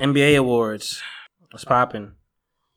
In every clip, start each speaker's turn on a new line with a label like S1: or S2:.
S1: NBA awards. What's popping?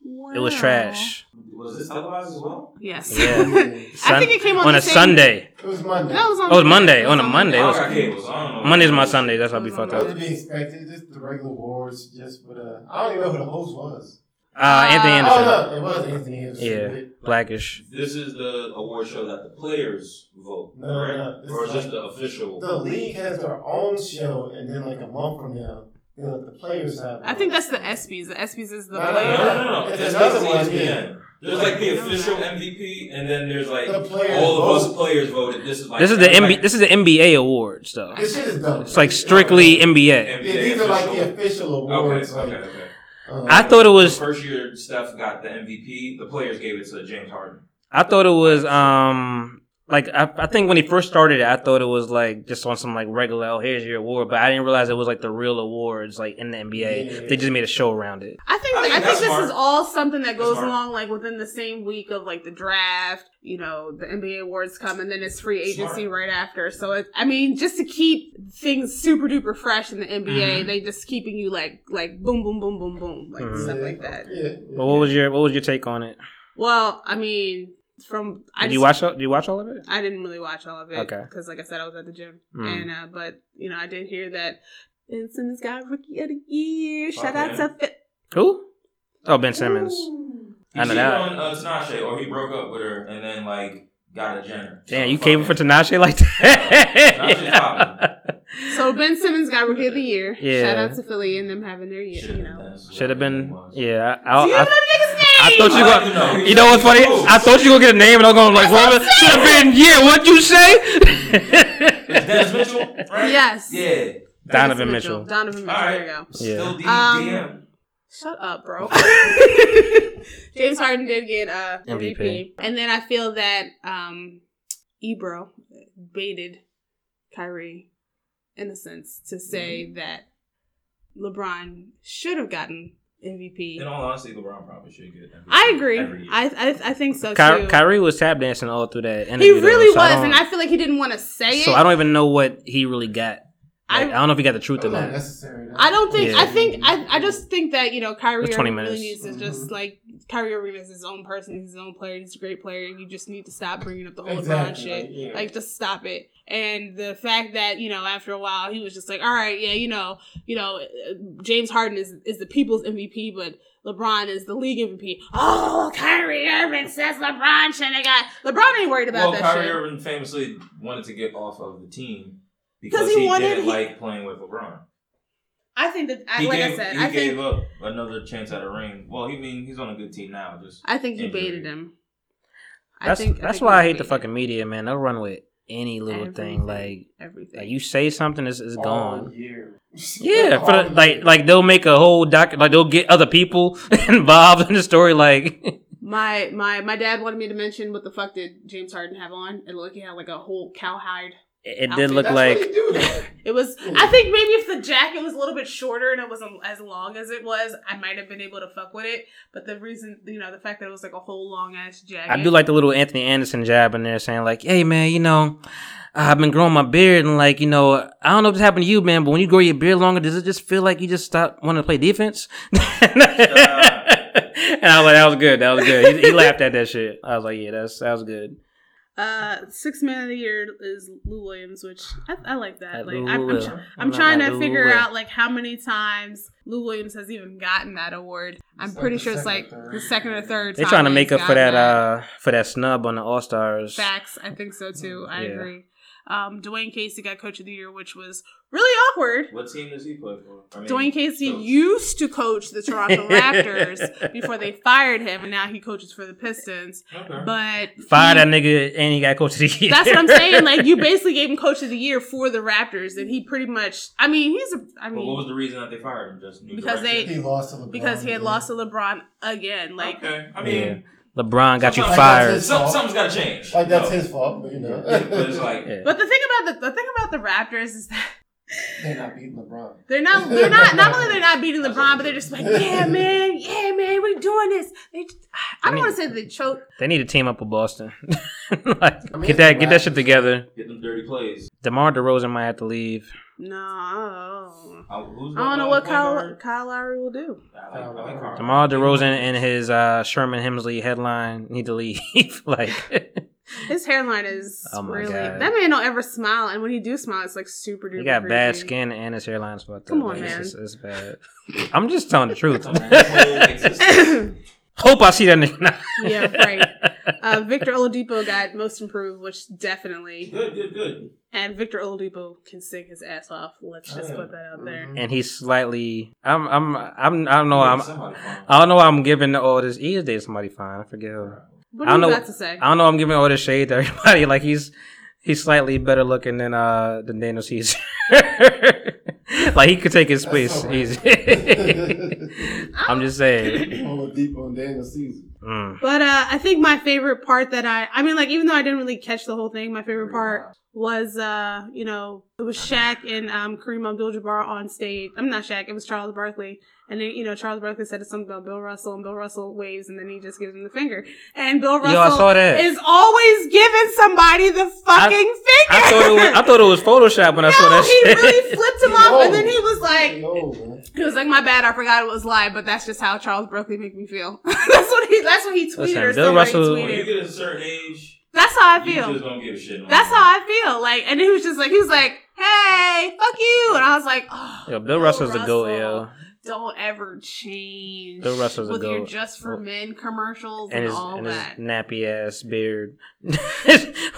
S1: It was trash.
S2: Was this televised as well?
S3: Yes.
S1: Yeah.
S3: I think it came on,
S1: on
S3: the
S1: a
S3: same-
S1: Sunday.
S4: It was Monday.
S3: That was on
S1: Oh, it was Monday. On a Monday. It
S2: I
S1: was-
S2: got cables. I don't know.
S1: Monday's my Sunday. That's why I be fucked
S4: That
S1: up.
S4: would be expected. Just the regular awards, just for the. I don't even know who the host was.
S1: Uh,
S3: Ah.
S1: Anthony Anderson.
S4: Oh no, it was Anthony Anderson.
S1: Yeah. Blackish.
S2: This is the award show that the players vote,
S4: No, no, no.
S2: correct?
S4: This
S2: Or
S4: is
S2: just
S4: like-
S2: the official?
S4: The league has their own show, and then like a month from now, they let the players have.
S3: I think that's the ESPYS. The ESPYS is the
S4: No, no,
S2: No,
S3: player.
S2: no, no.
S4: It's
S2: That's
S4: another
S2: like
S4: one,
S2: ESPN. There's like the official MVP, and then there's like
S4: The players
S2: all of us
S4: vote.
S2: players voted. This is like
S1: This is the
S2: like
S1: NBA. This is the NBA awards though.
S4: this shit is dumb.
S1: It's like strictly NBA.
S4: Yeah, these are like the
S2: official.
S4: official
S2: Okay,
S4: awards.
S2: okay,
S4: Like,
S2: okay.
S4: um,
S1: I thought it was.
S2: The first year Steph got the MVP. The players gave it to James Harden.
S1: I thought it was. Um. Like I, I think when he first started it, I thought it was like just on some like regular. Oh, here's your award. But I didn't realize it was like the real awards like in the NBA.
S4: Yeah.
S1: They just made a show around it.
S3: I think
S2: I
S3: I,
S2: mean,
S3: think
S2: that's
S3: this
S2: smart.
S3: is all something that
S2: That's
S3: goes
S2: smart.
S3: along like within the same week of like the draft, you know, the NBA awards come and then it's free agency
S2: Smart.
S3: right after. So it, I mean, just to keep things super duper fresh in the NBA,
S1: Mhm.
S3: they just keeping you like like boom boom boom boom boom like
S1: Mhm.
S3: stuff like that.
S4: Yeah.
S1: But what was your What was your take on it?
S3: Well, I mean, from I
S1: Did
S3: just,
S1: you watch? all- Did you watch all of it?
S3: I didn't really watch all of it
S1: Okay.
S3: because, like I said, I was at the gym,
S1: Mm.
S3: and uh, but you know, I did hear that Ben Simmons got Rookie of the Year. Shout out
S2: Okay.
S3: to Fit.
S1: Who? Oh, Ben Simmons.
S2: He
S1: I know
S2: cheated
S1: that.
S2: on uh, Tinashe, or he broke up with her and then like got a Jenner.
S1: Damn, you
S2: Fuck
S1: came
S2: him.
S1: for Tanache like that?
S3: So Ben Simmons got Rookie of the Year.
S1: Yeah.
S3: Shout out to Philly and them having their year. You
S2: Should've
S3: know.
S2: been.
S1: Should have been.
S2: Yeah.
S1: Yeah. Oh, I,
S3: Do you know
S1: I,
S3: them niggas'
S1: I
S3: names?
S1: thought you
S2: I don't
S1: gonna.
S2: know.
S1: You know what's funny? I thought you gonna get a name, and I'm gonna like, what? Should have been. Yeah. What you
S2: It's
S1: say?
S2: Dennis Mitchell, right?
S3: Yes.
S2: Yeah.
S1: Donovan Mitchell.
S3: Donovan Mitchell.
S2: All right.
S3: There you go.
S2: Still D-
S3: Um,
S2: DM.
S3: Shut up, bro. James Harden did get uh, MVP.
S1: MVP.
S3: and then I feel that um, Ebro baited Kyrie in a sense to say
S2: Mm-hmm.
S3: that LeBron should have gotten
S2: In
S3: MVP.
S2: all honesty, LeBron probably should get. MVP
S3: I agree.
S2: every year.
S3: I, I I think so
S1: Ky-
S3: too.
S1: Kyrie was tap dancing all through that
S3: he
S1: interview. though,
S3: really
S1: so
S3: was,
S1: don't-
S3: and I feel like he didn't want to say
S1: so
S3: it.
S1: I don't even know what he really got. Like, I,
S3: I- Oh,
S1: don't know if he got the truth
S4: That
S1: or
S4: was
S1: not.
S4: unnecessary.
S3: I don't think. I
S1: Yeah.
S3: think. I, I just think that you know Kyrie
S1: It's 20
S3: Irving really
S1: minutes.
S3: needs to just
S2: Mm-hmm.
S4: Mhm.
S3: like Kyrie Irving is his own person. He's his own player. He's a great player. You just need to stop bringing up the whole LeBron
S4: exactly.
S3: shit.
S4: yeah.
S3: Like just stop it. And the fact that you know after a while he was just like, all right, yeah, you know, you know, uh, James Harden is is the people's MVP, but. LeBron is the league MVP. Oh, Kyrie Irving says LeBron should have got. LeBron ain't worried about
S2: well,
S3: that
S2: Kyrie
S3: shit.
S2: Irving famously wanted to get off of the team
S3: 'Cause
S2: because
S3: he
S2: he,
S3: wanted-
S2: didn't
S3: he-
S2: like playing with LeBron.
S3: I think that, I,
S2: He
S3: like
S2: gave,
S3: I said,
S2: he
S3: I
S2: gave
S3: think
S2: up another chance at a ring. Well, he mean he's on a good team now. Just
S3: I think he
S2: injury.
S3: baited him. I
S1: That's
S3: think-
S1: that's
S3: think
S1: why I
S3: he
S1: hate the
S3: baited him.
S1: fucking media, man. They'll run with any little thing.
S3: Everything.
S1: Like,
S3: everything.
S1: like you say something, it's, it's gone.
S4: All year.
S1: Yeah, for
S4: All
S1: the, like
S4: year.
S1: like they'll make a whole doc like they'll get other people involved in the story like
S3: my my my dad wanted me to mention what the fuck did James Harden have on? It looked like he had like a whole cowhide.
S1: it, it
S3: Outfit.
S1: did look
S4: That's what
S1: like
S4: they do. though.
S3: It was. I think maybe if the jacket was a little bit shorter and it wasn't as long as it was, I might have been able to fuck with it. But the reason, you know, the fact that it was like a whole long ass jacket.
S1: I do like the little Anthony Anderson jab in there saying like, "Hey man, you know, I've been growing my beard and like, you know, I don't know if this happened to you, man, but when you grow your beard longer, does it just feel like you just stop wanting to play defense?" and I was like, "That was good. That was good." He, he laughed at that shit. I was like, "Yeah, that's that was good."
S3: Uh, six man of the year is Lou Williams, which I, I like that.
S1: That
S3: like
S1: Lou
S3: I'm, I'm,
S1: Will.
S3: tr-
S1: I'm
S3: I'm
S1: not
S3: trying
S1: that
S3: to
S1: Lou
S3: figure
S1: Will.
S3: out like how many times Lou Williams has even gotten that award. I'm
S4: It's like
S3: pretty
S4: the
S3: sure it's like
S4: second or
S3: the
S4: third.
S3: second or third.
S1: They're
S3: time
S1: trying to
S3: he's
S1: make up for
S3: gotten
S1: that uh for that snub on the All Stars.
S3: Facts. I think so too. I
S1: Yeah.
S3: agree. Um, Dwayne Casey got coach of the year, which was really awkward.
S2: What team does he play for? I mean,
S3: Dwayne Casey
S2: coach.
S3: used to coach the Toronto Raptors before they fired him, and now he coaches for the Pistons.
S2: Okay.
S3: But
S1: Fire
S3: he-
S1: that nigga and he got coach of the year.
S3: Mm. that's what I'm saying. Like you basically gave him coach of the year for the Raptors, and he pretty much. I mean, he's a. I
S2: But what was
S3: mean,
S2: the reason that they fired him? Just new
S3: Because
S2: direction?
S3: they-
S4: He lost to LeBron.
S3: because he had
S4: yeah.
S3: lost to LeBron again. Like
S2: okay. I
S1: Yeah.
S2: mean,
S1: LeBron got you
S2: Sometimes-
S1: fired.
S2: some, something's got to change.
S4: Like that's
S2: No.
S4: his fault, but you know.
S2: Yeah, but it's like
S1: Yeah.
S3: But the thing about the, the thing about the Raptors is that
S4: They're not beating LeBron.
S3: they're not they're not not only they're not beating LeBron, but they're just like, yeah, man, yeah, man, we're doing this. They, I don't want to say that they choke.
S1: They need to team up with Boston. like,
S4: I mean,
S1: get that
S4: it's
S1: get that shit together.
S2: get them dirty plays.
S1: DeMar DeRozan might have to leave.
S3: No.
S2: Uh, who's
S3: I don't know
S1: oh
S3: what Kyle, Kyle Lowry will do.
S2: I like, I like Carl.
S1: Jamal
S4: Oh,
S1: DeRozan and his uh, Sherman Hemsley headline need to leave. like,
S3: His hairline is
S1: Oh my
S3: really.
S1: God.
S3: That man don't ever smile, and when he do smile, it's like super duper.
S1: he got bad
S3: creepy.
S1: skin and his hairline's fucked up.
S3: Come on,
S1: Like,
S3: man.
S1: It's, it's bad. I'm just telling the truth. Hope I see that nigga.
S3: yeah, right. Uh, Victor Oladipo got most improved, which definitely,
S2: good, good, good.
S3: and Victor Oladipo can sing his ass off. Let's just
S2: Oh,
S3: put that out there.
S1: and he's slightly. I'm. I'm. I'm. I don't know.
S2: Give
S1: I'm.
S2: somebody fun.
S1: I don't know. why I'm giving all this. He is dating somebody fine. I forget. Who.
S3: What
S1: Mm-hmm. I
S3: do you
S1: don't know-
S3: got to say?
S1: I don't know. I'm giving all this shade to everybody. Like he's he's slightly better looking than uh than Daniel Caesar. like he could take his
S4: That's
S1: place.
S4: so
S1: He's.
S4: random.
S1: I'm just
S4: Mm-hmm.
S1: saying.
S4: Oladipo and Daniel Caesar.
S1: Mm.
S3: But uh, I think my favorite part that I, I mean, like even though I didn't really catch the whole thing, my favorite part was, uh, you know, it was Shaq and um, Kareem Abdul-Jabbar on stage. I'm not Shaq, it was Charles Barkley, and then you know Charles Barkley said something about Bill Russell, and Bill Russell waves, and then he just gives him the finger, and Bill
S1: Yo, I
S3: Russell
S1: saw that.
S3: is always giving somebody the fucking finger.
S1: I thought it was, I thought it was Photoshop when I saw
S3: no,
S1: that
S3: he
S1: shit.
S3: really flipped him off, and then he was like,
S4: Yo, man.
S3: he was like, "My bad, I forgot it was live, but that's just how Charles Barkley make me feel." that's what he. That's what he tweeted.
S1: Listen,
S3: or
S1: Bill
S3: somebody
S1: Russell-
S2: When you
S3: tweeted.
S2: get a certain age,
S3: That's how I
S2: you just
S3: feel.
S2: don't give a shit. no
S3: That's
S2: more.
S3: how I feel. Like, and he was just like, he was like, "Hey, fuck you," and I was like, oh,
S1: Yo, Bill Russell's a goat,
S3: Russell,
S1: yo.
S3: Don't ever change."
S1: Bill Russell's a
S3: with your
S1: goat.
S3: just for men commercials and,
S1: And his,
S3: all
S1: and his
S3: that.
S1: nappy ass beard,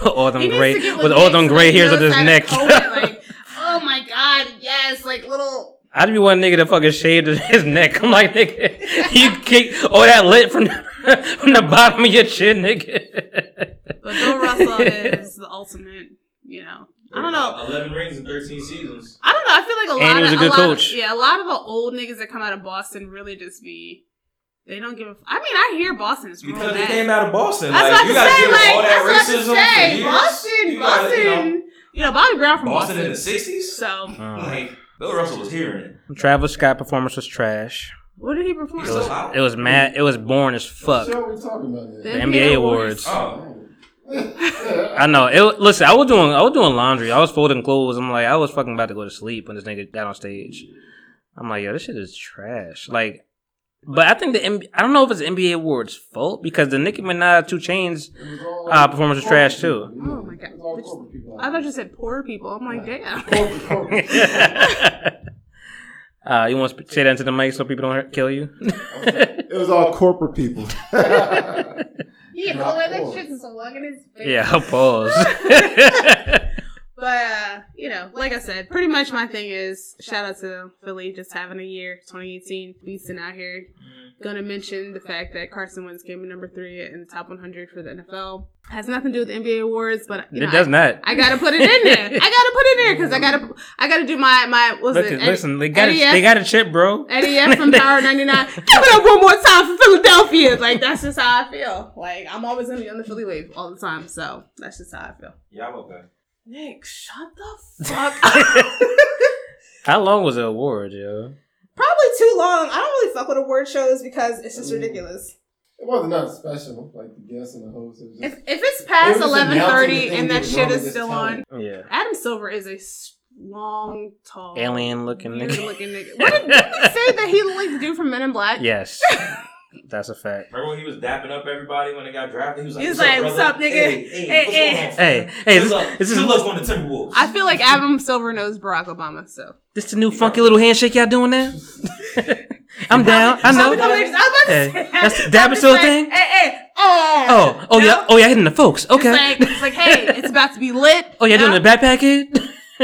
S1: all them
S3: He needs
S1: gray
S3: to get
S1: with all them
S3: Nick
S1: gray
S3: Saban
S1: hairs on his
S3: outside of
S1: neck.
S3: COVID, like, oh my god, yes, like little.
S1: I'd be one nigga to fucking shave his neck. I'm like, nigga, you kick all that lint from the, from the bottom of your chin, nigga.
S3: But Bill Russell is the ultimate. You know, I don't know.
S2: Eleven rings in thirteen seasons.
S3: I don't know. I feel like a
S1: And
S3: lot.
S1: he was
S3: of,
S1: a good
S3: lot of-
S1: coach.
S3: yeah, a lot of the old niggas that come out of Boston really just be. They don't give. a f- I mean, I hear Boston is real
S2: Because they
S3: bad.
S2: came out of Boston.
S3: that's
S2: like,
S3: what
S2: you
S3: I'm
S2: gotta
S3: saying.
S2: give
S3: Like
S2: all
S3: that's what I'm
S2: that racism for
S3: saying.
S2: years.
S3: Boston,
S2: You gotta,
S3: Boston.
S2: you know,
S3: You know, Bobby Brown from
S2: Boston
S3: Boston.
S2: in the sixties.
S3: So
S1: Mm.
S2: Like Bill Russell was hearing it.
S1: Travis Scott performance was trash.
S3: what did he perform?
S1: It
S2: So
S1: was
S2: loud.
S1: it was mad. It was boring as fuck.
S4: What show we talking about
S1: The
S4: here?
S3: Yeah.
S1: NBA awards.
S2: Oh,
S1: I know. It, wa- listen, I was doing I was doing laundry. I was folding clothes. I'm like, I was fucking about to go to sleep when this nigga got on stage. I'm like, yo, this shit is trash. Like, but I think the M- I don't know if it's NBA awards fault because the Nicki Minaj Two Chains
S4: It was all
S1: Ah, performance was trash,
S4: corporate
S1: too.
S4: people, you know.
S3: Oh, my God.
S4: It was all
S3: Bitch.
S4: corporate people.
S3: I thought you said poor people. I'm like, damn.
S4: Corporate, corporate.
S1: uh, you want to say that into the mic so people don't hurt- kill you?
S4: It was all corporate people.
S3: Yeah,
S4: Not well, that poor. shit's
S3: slung in his face.
S1: yeah, pause.
S3: But uh, you know, like I said, pretty much my thing is shout out to Philly just having a year, 2018, beasting out here.
S1: Mm-hmm.
S3: Gonna mention the fact that Carson Wentz came in number three in the top 100 for the NFL. Has nothing to do with NBA awards, but you
S1: it
S3: know,
S1: does not.
S3: I, I gotta put it in there. I gotta put it in there because I gotta, I gotta do my my. What's
S1: listen,
S3: it? Eddie-
S1: listen, they got a,
S3: Eddie F.
S1: they got a chip, bro.
S3: Eddie F from Power 99. Give it up one more time for Philadelphia. Like, that's just how I feel. Like, I'm always going to be on the Philly wave all the time. So, that's just how I feel.
S2: yeah, I'm okay.
S3: Nick, shut the fuck up.
S1: How long was the award, yo?
S3: Probably too long. I don't really fuck with award shows because it's
S4: Mm.
S3: just ridiculous.
S4: It wasn't nothing special, like the guests and the host. It was
S3: If,
S4: just,
S3: if it's past
S4: It was announcing
S3: 11.30
S4: the thing
S3: and
S4: they
S3: that shit
S4: normally
S3: is
S4: just
S3: still
S4: tell
S3: on,
S4: you.
S1: Yeah.
S3: Adam Silver is a s- long, tall,
S1: Alien looking
S3: weird
S1: nigga.
S3: looking nigga. What did, did they say that he looked like the dude from Men in Black?
S1: Yes, that's a fact.
S2: Remember when he was dapping up everybody when they got drafted? He was like,
S3: He was
S2: "What's
S3: like,
S2: up,
S3: what's
S2: brother?
S3: up, nigga? Hey,
S2: Hey, hey, what's
S3: hey."
S1: Hey,
S2: going on?
S1: hey,
S2: Good
S1: this,
S2: luck.
S1: this is
S2: good luck on the Timberwolves.
S3: I feel like Adam Silver knows Barack Obama, so.
S1: this the new funky little handshake y'all doing now. I'm down. I
S3: Should we come
S1: know.
S3: next? I was about to
S1: Hey,
S3: say-
S1: that's the
S3: I
S1: dab
S3: was about
S1: is
S3: to
S1: still a
S3: say,
S1: thing?
S3: Hey, hey, oh,
S1: Oh, oh
S3: No?
S1: yeah, oh yeah, hitting the folks. Okay.
S3: eh, It's like, it's like, hey, it's about to be lit.
S1: oh yeah, doing
S3: No?
S1: the backpack kid.
S2: oh,
S3: what's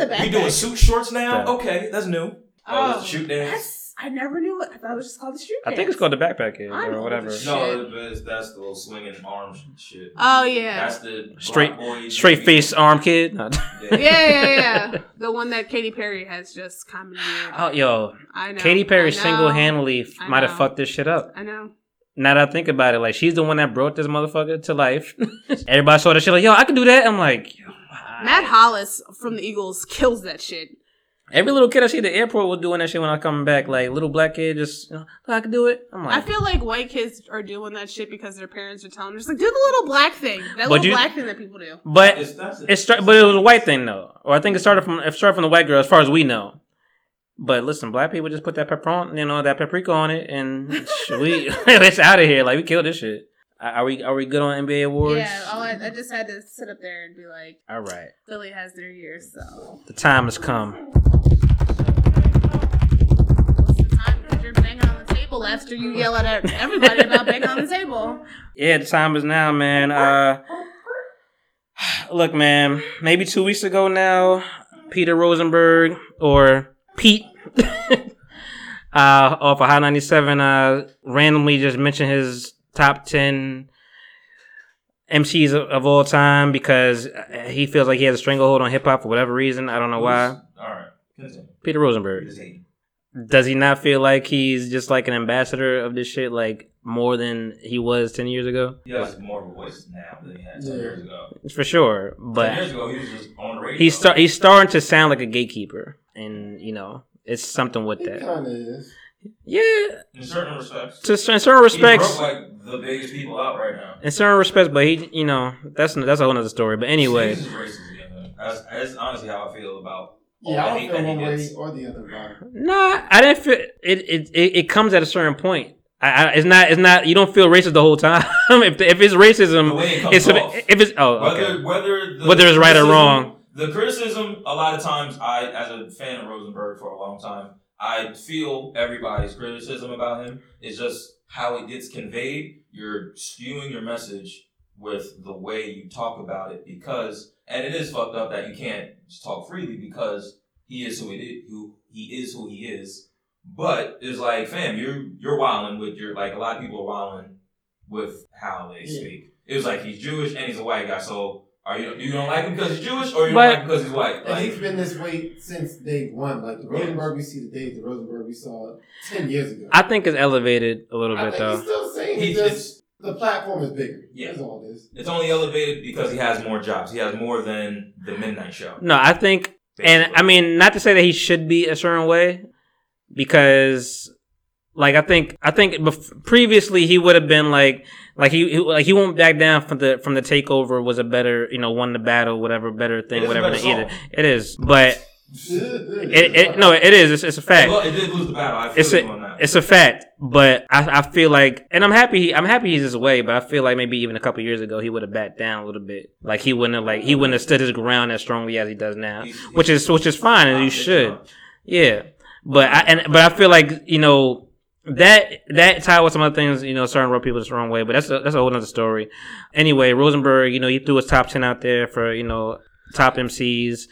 S3: the
S2: we doing
S3: backpack?
S2: suit shorts now?
S1: Yeah.
S2: Okay, that's new. Oh, it's a shoot dance.
S3: That's, I never knew it. I thought it was just called the shoot.
S1: I think
S3: dance.
S1: it's called the backpack kid
S3: I'm
S1: or
S3: old
S1: whatever.
S3: as shit.
S2: No, that's, that's the little swinging arms shit.
S3: Oh yeah.
S2: That's the black
S1: Straight-
S2: boy-
S1: Straight face arm kid. No.
S3: yeah, yeah, yeah, yeah. The one that Katy Perry has just commented.
S1: Oh yo,
S3: I know.
S1: Katy Perry
S3: I know.
S1: single handedly
S3: I
S1: might
S3: know.
S1: have fucked this shit up.
S3: I know.
S1: Now that I think about it, like she's the one that brought this motherfucker to life. Everybody saw that shit like, yo, I can do that. I'm like, yo, why?
S3: Matt Hollis from the Eagles kills that shit.
S1: Every little kid I see at the airport was doing that shit when I come back. Like little black kid, just you know, I can do it. I'm
S3: I
S1: like,
S3: feel like white kids are doing that shit because their parents are telling them, just like, do the little black thing. That
S1: But
S3: little
S1: you-
S3: black thing that people do.
S1: but
S2: It's, that's
S1: it start, but it was a white thing though, or I think it started from it started from the white girl, as far as we know. But listen, black people just put that pepper, you know, that paprika on it, and we it's out of here. Like we killed this shit. Are are we are we good on NBA awards?
S3: Yeah, all I, I just had to sit up there and be like,
S1: All right,
S3: Philly has their year, so.
S1: the time has come.
S3: What's the time? Because you're banging on the table after you yell at everybody about banging on the table.
S1: Yeah, the time is now, man. Uh, look, man, maybe two weeks ago now, Peter Rosenberg or Pete uh, off of High 97 uh, randomly just mentioned his top 10 MCs of, of all time because uh, he feels like he has a stranglehold on hip hop for whatever reason. I don't know why.
S2: All right. Continue.
S1: Peter Rosenberg.
S2: Just hate.
S1: Does he not feel like he's just like an ambassador of this shit, like more than he was 10 years ago?
S2: He has more of a voice now than he had ten
S4: Yeah.
S2: years ago.
S1: For sure.
S2: ten
S1: But
S2: years ago, he was just on the radio.
S1: he's start he's starting to sound like a gatekeeper, and you know it's something with that.
S4: It kind of is.
S1: Yeah,
S2: in certain respects.
S1: to cer- in certain
S2: He
S1: respects,
S2: broke, like the biggest people out right now.
S1: in certain respects, but he, you know, that's that's a whole nother story. But anyway,
S2: Jesus is racist again. man. That's, that's honestly how I feel about. all
S4: Yeah,
S2: the
S4: I
S2: hate
S4: don't feel
S2: that he
S4: one way
S2: gets.
S4: or the other about it.
S1: nah, I didn't feel it. It it, it comes at a certain point. I, I, it's not. It's not. You don't feel racist the whole time. if the, if it's
S2: The
S1: racism,
S2: way it comes
S1: it's
S2: off.
S1: if it's oh
S2: whether
S1: okay.
S2: whether the
S1: Whether it's right or
S2: criticism-
S1: wrong.
S2: The criticism, a lot of times, I as a fan of Rosenberg for a long time, I feel everybody's criticism about him is just how it gets conveyed. You're skewing your message with the way you talk about it because, and it is fucked up that you can't just talk freely because he is who it is, who he is who he is. But it's like, fam, you're you're wilding with your like a lot of people are wilding with how they
S4: Yeah.
S2: speak. It was like he's Jewish and he's a white guy, so are you you don't like him because he's Jewish or
S1: But-
S2: you don't like him because he's white?
S4: And he's
S2: Like,
S4: been this way since day one. Like the Rosenberg we see today, is the Rosenberg we saw ten years ago.
S1: I think it's elevated a little
S4: I
S1: bit
S4: think
S1: though.
S4: he's still saying
S2: he's
S4: he's just
S2: it's,
S4: the platform is bigger.
S2: Yeah.
S4: That's all it is.
S2: it's only elevated because he has more jobs. He has more than the midnight show.
S1: No, I think And I mean, not to say that he should be a certain way, because like I think I think bef- previously he would have been like like he, he like he won't back down from the from the takeover was a better you know won the battle whatever better thing
S2: It is a
S1: whatever
S2: better
S1: to either
S2: song.
S1: it is but it, it no
S4: no,
S1: it is it's, it's a fact
S2: Well, it did lose the battle. I feel
S1: It's
S2: it's
S1: a-
S2: on that.
S1: it's a fact but I, I feel like and I'm happy he, I'm happy he's this way but I feel like maybe even a couple years ago he would have backed down a little bit like he wouldn't have like he wouldn't have stood his ground as strongly as he does now
S2: He's- he's-
S1: which is which is fine and you
S2: it's
S1: should
S2: not.
S1: yeah, but I and but I feel like you know that that tied with some other things. You know, starting to rub people the wrong way, but that's a, that's a whole other story. Anyway, Rosenberg, you know, he threw his top ten out there for you know top MCs,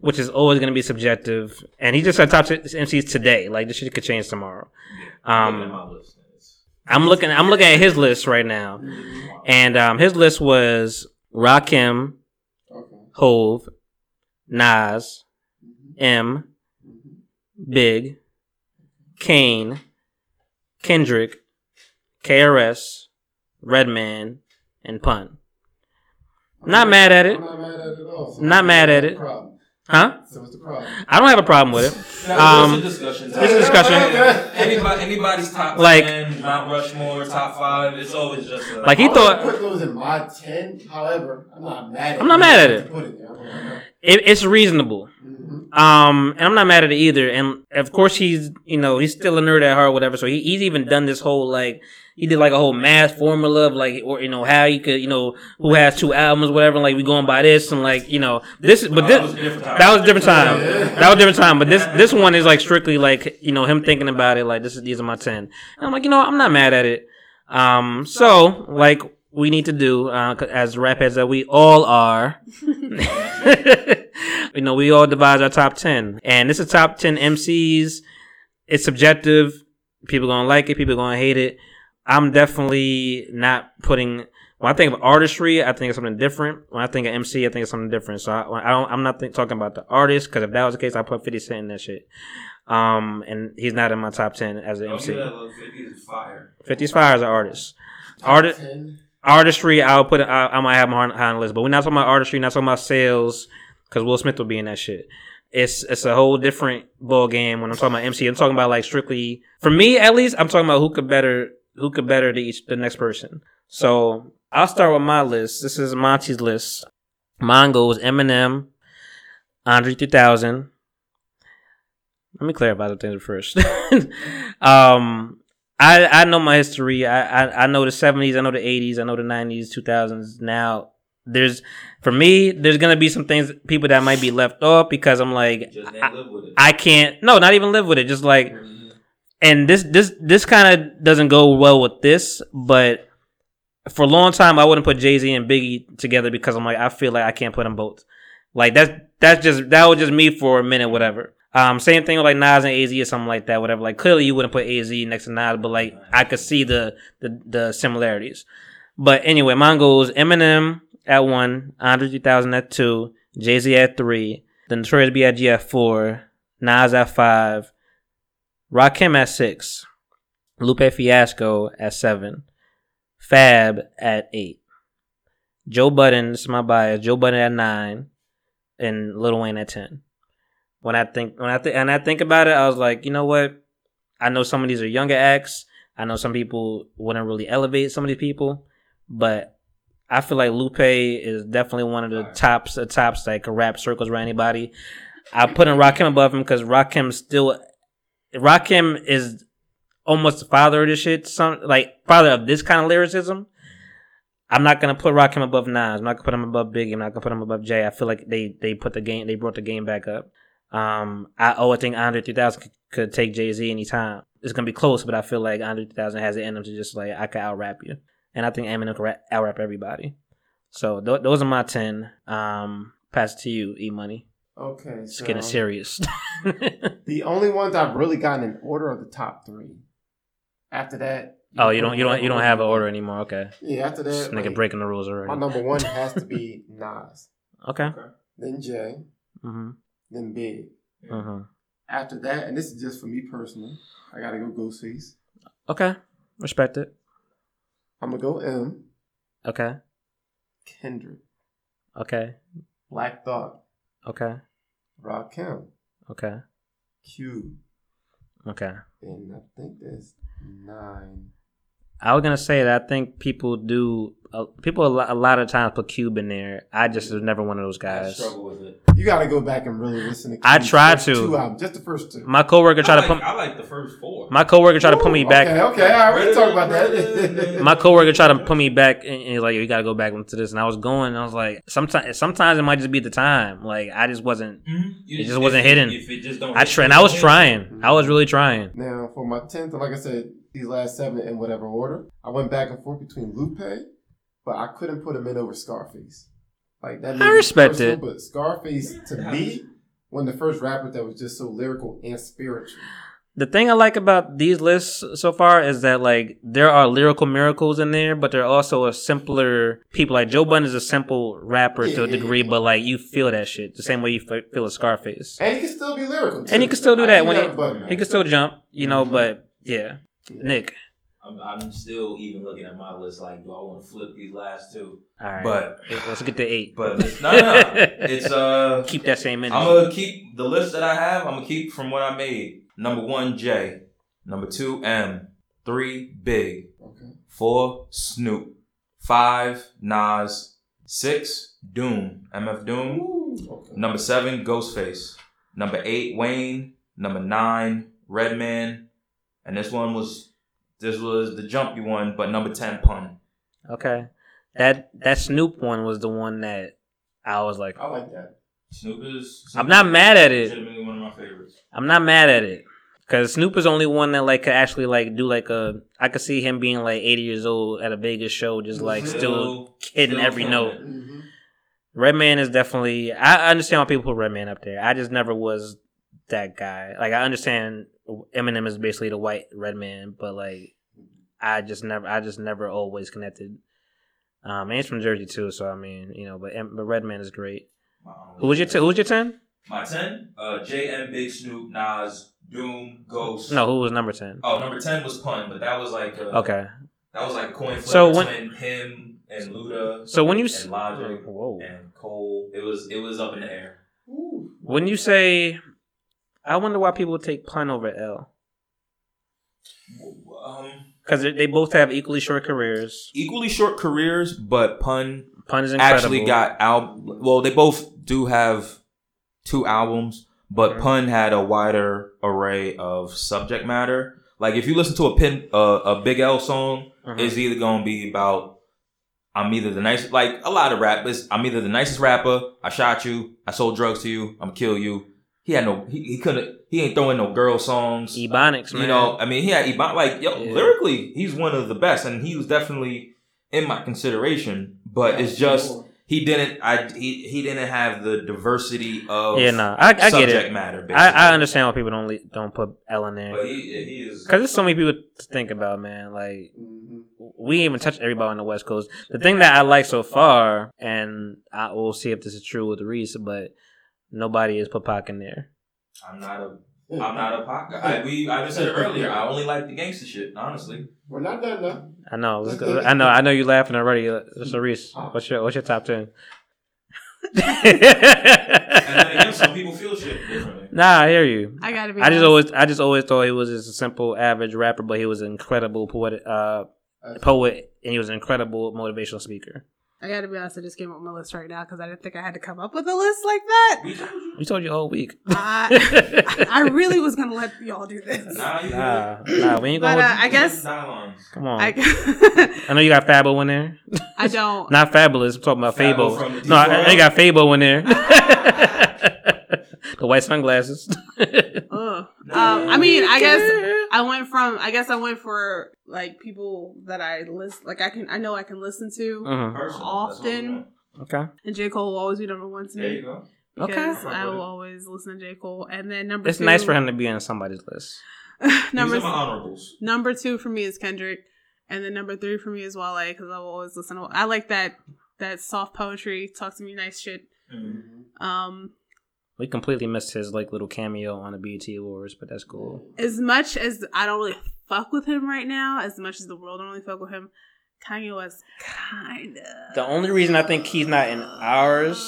S1: which is always going to be subjective. And he just said top 10 MCs today. Like this shit could change tomorrow.
S2: Yeah,
S1: Um,
S2: look at my list. It's-
S1: I'm looking I'm looking at his list right now,
S2: it's wild.
S1: and um, his list was Rakim,
S4: Okay.
S1: Hove, Nas, M. Big, Kane, Kendrick, KRS, Redman, and Pun. Not mad at it.
S4: I'm not mad at it at all. So
S1: Not mad at it.
S4: Problem.
S1: Huh?
S4: So what's the problem?
S1: I don't have a problem with it.
S2: Now,
S1: Um,
S2: this is a discussion.
S1: this is a discussion.
S2: Anybody, anybody's top
S1: Like-
S2: ten, Mount Rushmore, top five. It's always just a,
S1: Like, he
S4: I
S1: thought-
S4: would put those in my ten. However, I'm not mad. At
S1: I'm not mad at it.
S4: Put it there.
S1: it it's reasonable.
S4: Mhm.
S1: Um, and I'm not mad at it either. And of course, he's you know he's still a nerd at heart, whatever. So he, he's even done this whole like he did like a whole math formula of like or you know how you could you know who has two albums, whatever. Like we going by this and like you know this, but this
S2: that was a different time.
S1: That was a different time.
S4: Yeah.
S1: That was a different time. But this this one is like strictly like you know him thinking about it. Like this is these are my ten. And I'm like you know what? I'm not mad at it. Um, so like we need to do uh, 'cause as rap heads that we all are. you know we all devise our top ten, and this is top ten MCs. It's subjective. People gonna like it. People gonna hate it. I'm definitely not putting when I think of artistry, I think of something different. When I think of MC, I think of something different. So I, I don't, I'm not think, talking about the artist because if that was the case, I put Fifty Cent in that shit. Um, and he's not in my top ten as an
S2: Don't give
S1: MC.
S2: that love. 50 is fire.
S1: 50's fire as an artist. Arti-
S4: Ten.
S1: artistry, I'll put. it- I, I might have him on, high on the list, but we're not talking about artistry. Not talking about sales because Will Smith will be in that shit. it's it's a whole different ball game when I'm talking about MC. I'm talking about like strictly for me at least. I'm talking about who could better who could better to each the next person. So I'll start with my list. This is Monty's list. Mine goes Eminem, Andre 3000. Let me clarify the things first. um, I I know my history. I, I I know the 70s. I know the 80s. I know the 90s, 2000s. Now there's for me there's gonna be some things people that might be left off because I'm like
S2: Just
S1: I-
S2: didn't live with it. Mm-hmm.
S1: I can't no, not even live with it. Just like and this this this kind of doesn't go well with this, but for a long time I wouldn't put Jay Z and Biggie together because I'm like I feel like I can't put them both. Like that's that's just that was just me for a minute, whatever. Um, same thing with like Nas and AZ or something like that, whatever. Like clearly you wouldn't put AZ next to Nas, but like I could see the the, the similarities. But anyway, mine goes Eminem at one, Andre 3000 at two, Jay Z at three, the Notorious B.I.G. at four, Nas at five, Rakim at six, Lupe Fiasco at seven, Fab at eight, Joe Budden, this is my bias, Joe Budden at nine, and Lil Wayne at ten. When I think when I think and I think about it, I was like, you know what? I know some of these are younger acts. I know some people wouldn't really elevate some of these people, but I feel like Lupe is definitely one of the
S2: Alright.
S1: tops, the tops that can rap circles around anybody. I put in Rakim above him because Rakim still Rakim is almost the father of this shit. Some like father of this kind of lyricism. I'm not gonna put Rakim above Nas. I'm not gonna put him above Biggie. I'm not gonna put him above Jay. I feel like they they put the game. They brought the game back up. Um, I oh I think Andre 3000 could, could take Jay Z anytime. It's gonna be close, but I feel like Andre 3000 has it in him to just like I could out rap you, and I think Eminem can out rap everybody. So th- those are my ten. Um, pass it to you, E Money.
S4: Okay.
S1: It's getting
S4: So
S1: serious.
S4: the only ones I've really gotten in order are the top three. After that.
S1: oh, you don't you don't you don't have an order anymore. Okay,
S4: Yeah, after
S1: this
S4: that.
S1: nigga
S4: like,
S1: breaking the rules
S4: My
S1: already.
S4: number one has to be Nas,
S1: Okay.
S4: then Jay,
S1: Mm-hmm.
S4: then Big.
S1: hmm
S4: After that, and this is just for me personally, I gotta go Ghostface.
S1: Okay. Respect it.
S4: I'm gonna go M,
S1: Okay.
S4: Kendrick,
S1: Okay.
S4: Black Thought,
S1: Okay.
S4: Rakim,
S1: Okay.
S4: Q,
S1: Okay.
S4: and I think that's nine.
S1: I was gonna say that I think people do. Uh, people a lot, a lot of times put Cube in there. I just was never one of those
S2: I
S1: guys.
S2: struggle with it.
S4: You gotta go back and really listen to.
S1: I
S4: Q's
S1: tried
S4: first
S1: to.
S4: two albums, just the first two.
S1: My coworker tried
S2: I
S1: to
S2: like,
S1: put
S2: I like the first four.
S1: my coworker tried to put me
S4: Ooh,
S1: back.
S4: Okay, okay, all right, we talk about that.
S1: My coworker tried to put me back, and, and he's like, "You gotta go back into this." And I was going, and I was like, "Sometimes, sometimes it might just be the time. Like I just wasn't.
S2: Mhm. You
S1: It just wasn't hidden.
S2: If it just don't
S1: I
S2: hit
S1: tr- and
S2: you,
S1: I was
S2: then-
S1: trying. I was really trying.
S4: Now, for my 10th, and like I said, these last seven in whatever order, I went back and forth between Lupe, but I couldn't put him in over Scarface. Like that. may
S1: I
S4: be
S1: respect
S4: personal,
S1: it.
S4: But Scarface, to me, one of the first rappers that was just so lyrical and spiritual.
S1: The thing I like about these lists so far is that like there are lyrical miracles in there, but there are also a simpler people. Like Joe Budden is a simple rapper to a
S4: Yeah.
S1: degree, but like you feel that shit the same way you fe- feel a Scarface.
S4: And he can still be lyrical.
S1: And he can still do that when he-
S4: but,
S1: He can still jump, you know. But yeah, Nick.
S2: I'm, I'm still even looking at my list like, do I want to flip these last two?
S1: All right,
S2: But
S1: let's get to eight.
S2: but it's no, no, no. it's uh,
S1: Keep that same
S2: I'm
S1: energy.
S2: gonna keep the list that I have. I'm gonna keep from what I made. Number one, J. Number two, M. Three, Big.
S4: Okay.
S2: Four, Snoop. Five, Nas. Six, Doom. MF Doom.
S4: Okay.
S2: Number seven, Ghostface. Number eight, Wayne. Number nine, Redman. And this one was this was the jumpy one, but number ten, Pun.
S1: okay, that that Snoop one was the one that I was like,
S4: I like that.
S2: Snoop is.
S1: I'm not mad at it.
S2: Legitimately one of my favorites.
S1: I'm not mad at it. Cause Snoop is only one that like could actually like do like a I could see him being like 80 years old at a Vegas show just like still hitting
S2: still
S1: every
S2: killing
S1: note.
S2: it.
S4: Mm-hmm.
S1: Redman is definitely I I understand why people put Redman up there. I just never was that guy. Like I understand Eminem is basically the white Redman, but like I just never I just never always connected. Um, and he's from Jersey too, so I mean you know, but Em- but Redman is great.
S2: Wow.
S1: Who was your t- who was your ten?
S2: My ten, uh, JM, Big Snoop, Nas, Doom, Ghost.
S1: No, who was number ten?
S2: Oh, number ten was Pun, but that was like uh
S1: Okay,
S2: That was like a coin flip
S1: So when-
S2: between him and Luda
S1: so when you s-
S2: and Logic
S1: whoa.
S2: and Cole. It was it was up in the air.
S4: Ooh.
S1: When you say, I wonder why people take pun over L
S2: Um,
S1: because they both have equally short careers.
S2: equally short careers, but pun
S1: Pun is incredible.
S2: actually got out. Well, they both do have two albums, but
S1: Mhm.
S2: Pun had a wider array of subject matter. Like if you listen to a pin uh, a Big L song,
S1: Mhm.
S2: it's either gonna be about I'm either the nice like a lot of rap is I'm either the nicest rapper. I shot you. I sold drugs to you. I'm kill you. He had no. He, he couldn't. He ain't throwing no girl songs.
S1: Ebonics, man.
S2: You know, I mean, he had Ebon. Like, yo,
S1: Yeah.
S2: lyrically, he's one of the best, and he was definitely in my consideration. But it's just he didn't. I he, he didn't have the diversity of
S1: yeah, nah, I, I get
S2: subject
S1: it.
S2: matter. Basically.
S1: I, I understand why people don't le- don't put L in there
S2: But
S1: because
S2: he, he is
S1: there's so many people to think about, man. Like
S4: hmm
S1: we ain't even touched everybody on the West Coast. The thing that I like so far, and I will see if this is true with Reese, but nobody is put Pac in there.
S2: I'm not a. I'm not a pop guy. I, we I just said earlier. I only like the gangster shit. Honestly,
S4: We're not done now.
S1: I know, let's go- I know, I know. You laughing already, so Reese. What's your what's your top ten?
S2: and then again, some people feel shit differently.
S1: nah, I hear you.
S3: I gotta be.
S1: I just
S3: honest.
S1: always I just always thought he was just a simple average rapper, but he was an incredible poet, uh, poet, and he was an incredible motivational speaker.
S3: I gotta be honest. I just came up with my list right now because I didn't think I had to come up with a list like that.
S2: We told you.
S1: We told you all week.
S3: I, I really was gonna let y'all do this.
S2: Nah, you
S1: nah, nah, we ain't
S3: But
S1: going.
S3: uh, I guess
S2: Nylons.
S1: come on. I,
S3: I,
S1: know you got Fabo in there.
S3: I don't.
S1: Not fabulous. I'm talking about
S2: Fabo
S1: Fabo.
S2: from the
S1: no, I, I
S2: D4L.
S1: ain't got Fabo in there. the white sunglasses.
S3: Ugh.
S2: Nah.
S3: Um, I mean, I guess I went from. I guess I went for like people that I list. Like I can. I know I can listen to.
S1: Mhm.
S2: Personal, that's what
S3: Often.
S2: we want.
S1: Okay.
S3: And J Cole will always be number one to
S2: There you
S3: me
S2: go.
S1: Okay.
S3: because
S2: Okay.
S3: I will always listen to J Cole. And then number
S1: It's
S3: two,
S1: nice for him to be on somebody's list.
S3: number
S2: These are my honorables.
S3: Number two for me is Kendrick, and then number three for me is Wale because I will always listen. to I like that that soft poetry, talk to me nice shit.
S4: Mm.
S2: Mm-hmm.
S3: Um,
S1: We completely missed his like little cameo on the BET Awards, but that's cool.
S3: as much as I don't really fuck with him right now, as much as the world don't really fuck with him, Kanye was kind of
S1: The only reason I think he's not in ours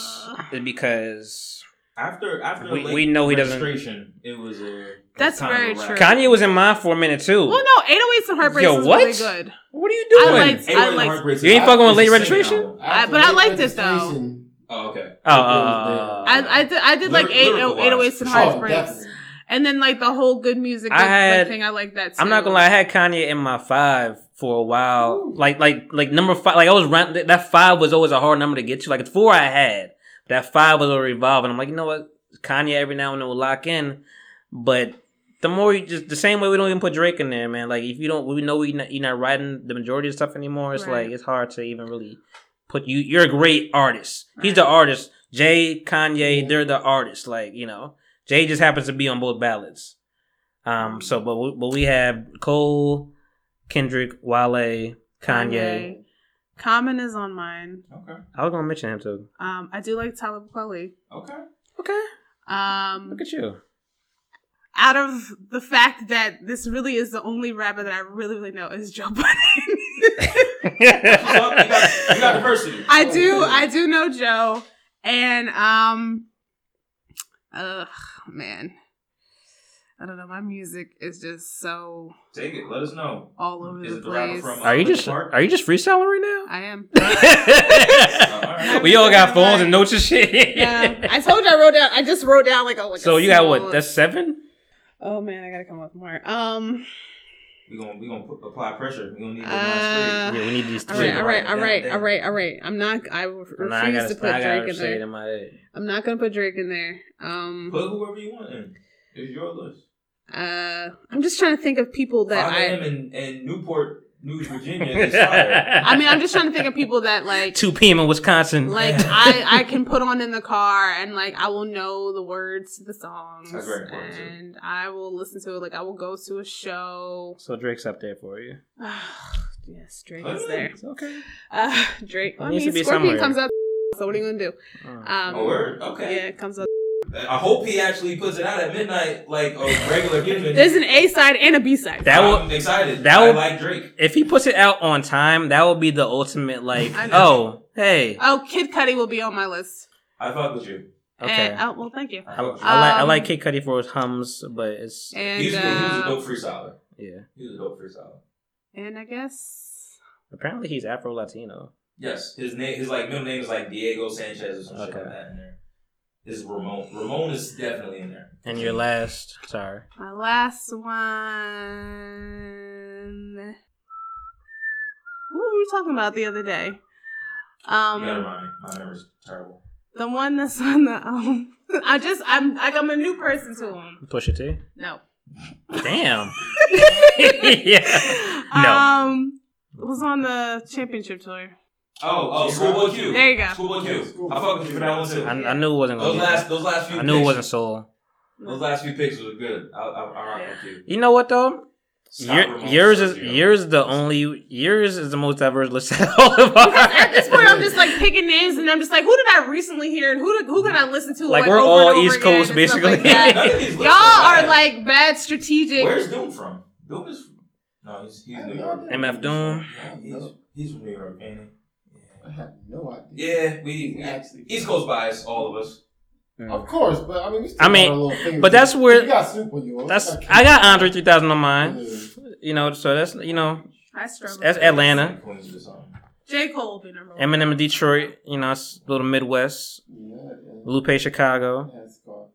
S1: is because
S2: After after
S1: We-
S2: late
S1: we know he doesn't-
S2: registration, It was a
S3: That's
S2: kind of
S3: very
S2: a wrap.
S3: true.
S1: Kanye was in mine for a minute too.
S3: Well, no, 808s and heartbreaks
S1: Yo,
S3: is
S1: what?
S3: really good.
S1: What are you
S3: I
S1: doing?
S3: liked-
S2: Hey, wait,
S3: I
S2: the
S3: like-
S2: Heartbreakers
S1: You ain't
S2: is-
S1: fucking with
S2: it's
S1: Late
S2: the same
S1: Registration?
S2: album.
S3: I- but I liked this, though.
S2: Oh, okay.
S1: oh, uh,
S3: I, I, did, I did like
S2: Lyr-
S3: eight,
S2: lyrical
S3: 808s and
S4: Oh,
S2: wise.
S3: heartbreaks, and then like the whole good music
S1: I
S3: good, like,
S1: had-
S3: thing. I like that. Too.
S1: I'm not gonna lie. I had Kanye in my five for a while.
S4: Ooh.
S1: Like, like, like number five. Like I was round, that- that five was always a hard number to get to. Like four I had. That five was a revolving. I'm like, you know what? Kanye every now and then will lock in, but the more you just the same way we don't even put Drake in there, man. Like if you don't, we know we not, you're not writing the majority of stuff anymore. It's
S3: Right.
S1: like it's hard to even really put you. You're a great artist. He's the artist. Jay, Kanye,
S4: Yeah.
S1: they're the artists. Like you know, Jay just happens to be on both ballads. Um. So, but we, but we have Cole, Kendrick, Wale, Kanye.
S3: Common is on mine.
S2: Okay.
S1: I was gonna mention him too.
S3: Um, I do like Talib Kweli.
S2: Okay.
S1: Okay,
S3: Um,
S1: look at you.
S3: out of the fact that this really is the only rapper that I really, really know is Joe Budden.
S2: So you, got, you got diversity.
S3: I
S1: Oh,
S3: do, I do know Joe, and um, ugh, man, I don't know. My music is just so
S2: Take it. Let us know.
S3: all over
S2: Is
S3: the
S2: it the rapper
S3: place.
S2: from, uh,
S1: Are you just are you just freestyling right
S3: I am.
S1: now? we all got phones and notes and shit.
S3: Yeah, I told you I wrote down. I just wrote down like oh. Like a
S1: So you got what?
S3: small-
S1: That's seven.
S3: oh man, I gotta come up with more. Um,
S2: We're gonna we gonna put, apply pressure. We're gonna need a
S1: Yeah,
S3: Uh,
S1: we need these
S3: all
S1: three.
S3: right,
S2: Drake
S3: all right,
S2: right
S3: all right,
S2: now,
S3: all right, all right. I'm not. I refuse
S1: Nah, I gotta,
S3: to put
S1: I gotta
S3: Drake in
S1: say it
S3: there.
S1: in my head.
S3: I'm not gonna put Drake in there. Um,
S2: Put whoever you want in. It's your list.
S3: uh, I'm just trying to think of people that
S2: I
S3: I.
S2: am in, in Newport, News, Virginia. Is fire.
S3: I mean, I'm just trying to think of people that like,
S1: 2 p.m. in Wisconsin.
S3: like I I can put on in the car and like I will know the words to the songs
S2: That's very important, too.
S3: and I will listen to it. Like I will go to a show.
S1: so Drake's up there for you.
S3: yes, Drake is there.
S1: It's okay.
S3: Uh, Drake. I
S1: It needs
S3: mean,
S1: to be
S3: Scorpion
S1: somewhere.
S3: comes out. So what are you gonna do?
S1: Oh.
S3: Um,
S2: Oh, word.
S3: yeah,
S2: Okay.
S3: it comes out.
S2: I hope he actually puts it out at midnight like a regular human.
S3: There's an A side and a B side.
S1: That will
S2: I'm excited.
S1: that
S2: I
S1: will-
S2: like Drake.
S1: if he puts it out on time, that will be the ultimate. Like,
S3: I know.
S1: oh, hey,
S3: Oh, Kid Cudi will be on my list.
S2: I fuck with you.
S1: Okay.
S3: And, oh well, thank you.
S1: I, I like I
S3: Um,
S1: like Kid Cudi for his hums, but it's
S3: And
S2: He's, a, he's a
S3: uh,
S2: dope freestyler.
S1: yeah.
S2: He's a dope freestyler.
S3: and I guess
S1: Apparently he's Afro Latino.
S2: Yes, his name, his like middle name is like Diego Sanchez or some shit
S1: Okay.
S2: like that in there. His Ramon, Ramon is definitely in there.
S1: And your last, sorry,
S3: my last one. What were we talking about the other day? Um,
S2: you gotta remind me. My memory's terrible.
S3: The one that's on the um. I just I'm like I'm a new person to him.
S1: push it T.
S3: No.
S1: Damn. yeah. No.
S3: Um, was on the championship tour.
S2: Oh, oh, Schoolboy Q.
S3: There you go.
S2: Schoolboy Q.
S4: Schoolboy
S2: I fuck with you for that one too.
S1: I, I knew it wasn't
S2: Those
S1: gonna. Be,
S2: last, those last few.
S1: I knew it
S2: picks-
S1: wasn't soul.
S2: Those last few picks were good. I, I, I rock with you.
S1: You know what though?
S2: Scott
S1: Your,
S2: Ramon,
S1: yours is
S2: Sergio.
S1: yours is the only yours is the most diverse list out of all of
S3: Because at this point,
S1: ours.
S3: I'm just like picking names, and I'm just like, who did I recently hear, and who did, who can I listen to?
S1: Like, we're
S3: over
S1: all
S3: and over
S1: East
S3: again
S1: Coast,
S3: and stuff
S1: basically.
S3: Like that.
S2: None of these
S3: Y'all
S2: lists are
S3: are
S2: bad.
S3: like bad strategic.
S2: Where's Doom from? Doom is. No, he's he's New York.
S1: MF Doom.
S2: Yeah, he's, he's from New York, ain't he?
S4: I have no idea.
S2: Yeah, we, we
S4: actually.
S2: East Coast bias, all of us.
S4: Of course, but I mean, we
S1: Mm.
S4: still
S1: I mean,
S4: got a little thing
S1: but
S4: to do.
S1: that's where-
S4: you got soup on you. you
S1: That's
S4: got
S1: I got Andre 3000 on mine.
S4: Yeah.
S1: You know, so that's you know
S3: I struggle.
S1: that's Atlanta,
S2: Queens or something.
S3: J Cole would be number one.
S1: Eminem of Detroit. You know, it's a little Midwest,
S4: Yeah, yeah.
S1: Lupe Chicago,
S4: That's Scarface.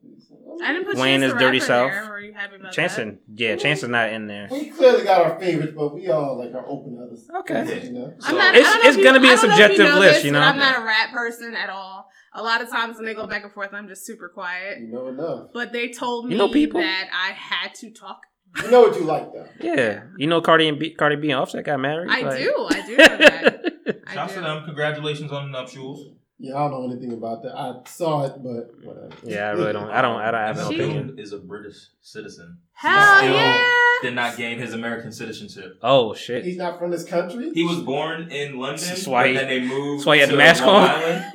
S3: I didn't put
S1: Wayne
S3: Chance
S1: is
S3: the
S1: Dirty
S3: Rapper
S1: South.
S3: There. Were you happy about
S1: Chanson. Yeah, Chanson's not in there.
S4: We clearly got our favorites, but we all like are open to others.
S1: Okay.
S4: You know?
S3: That? I'm not,
S1: It's-
S3: I don't know
S1: it's
S3: if
S1: gonna
S3: you,
S1: be a
S3: I don't know if
S1: subjective
S3: you know
S1: list,
S3: this,
S1: you
S3: but
S1: know?
S3: I'm not a rap person at all. A lot of times when they go back and forth, I'm just super quiet.
S4: You know enough.
S3: But they told me
S1: You know people?
S3: that I had to talk.
S4: You know what you like though.
S1: Yeah, you know Cardi and B, Cardi B and Offset got married.
S3: I
S1: Like-
S3: do. I do know that. I
S2: Shout out to
S3: do.
S2: them. Congratulations on the nuptials.
S4: Yeah, I don't know anything about that. I saw it, but whatever.
S1: yeah, I really don't. I don't. I don't have no
S2: MF
S3: She-
S1: opinion.
S2: Doom is a British citizen.
S3: Hell
S2: Still
S3: yeah!
S2: Did not gain his American citizenship.
S1: Oh shit!
S4: He's not from this country.
S2: He was born in London,
S1: That's why
S2: but
S1: he-
S2: then they moved
S1: that's why he had
S2: to
S1: a mask
S2: Long
S1: on.
S2: Island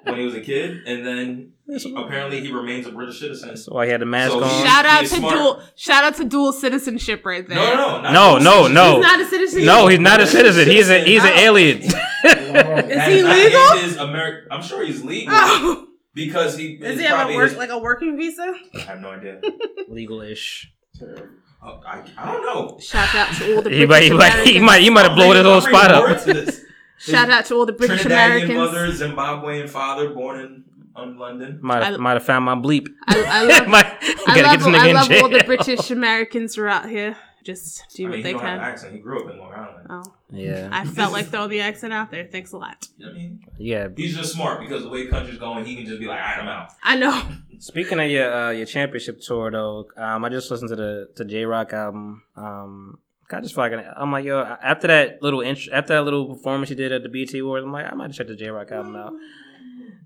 S2: when he was a kid, and then apparently he remains a British citizen.
S1: That's why he had the mask
S2: So
S1: on.
S2: he-
S3: Shout out
S2: is
S3: to
S2: Um, smart.
S3: dual. Shout out to dual citizenship right there.
S2: No, no, no,
S1: No,
S2: not-
S1: no, no.
S3: He's not a citizen.
S1: No, he's not a citizen. He's a he's an
S3: Oh.
S1: alien.
S4: Lord.
S3: Is
S2: That
S3: he
S2: not
S3: legal?
S2: in His Ameri- I'm sure he's legal
S3: Oh,
S2: because he.
S3: does
S2: it's
S3: he have a
S2: probably
S3: work
S2: his-
S3: like a working visa?
S2: I have no idea.
S1: Legalish.
S4: Terrible.
S2: Oh, I, I don't know.
S3: Shout out to all the
S1: He
S3: British
S1: might he might
S3: Americans.
S1: he might he might have blown his
S2: I'm
S1: own
S2: reading
S1: spot
S2: more
S1: up.
S2: into this.
S3: Shout out to all the British
S2: Trinidadian
S3: Americans.
S2: mother, Zimbabwean father, born in um, London.
S1: Might
S3: I-
S1: have, might have found my bleep.
S3: I, I love.
S1: might,
S3: I
S1: gotta get
S3: love,
S1: this
S3: I
S1: nigga
S3: love all
S1: in
S3: the
S1: jail.
S3: British Americans who are out here. Just do
S2: I
S3: what
S2: mean,
S3: they
S2: he don't have an
S3: can.
S2: accent. He grew up in Long Island.
S3: Oh,
S1: Yeah,
S3: I felt like throwing the accent out there. Thanks a lot.
S2: You know what I mean,
S1: yeah.
S2: he's just smart because the way the country's going, he can just be like, "All right, I'm out."
S3: I know.
S1: Speaking of your uh, your championship tour though, um, I just listened to the to J Rock album. Um, I just fucking I'm like yo. After that little int- after that little performance he did at the BT Awards, I'm like I might check the J Rock album out.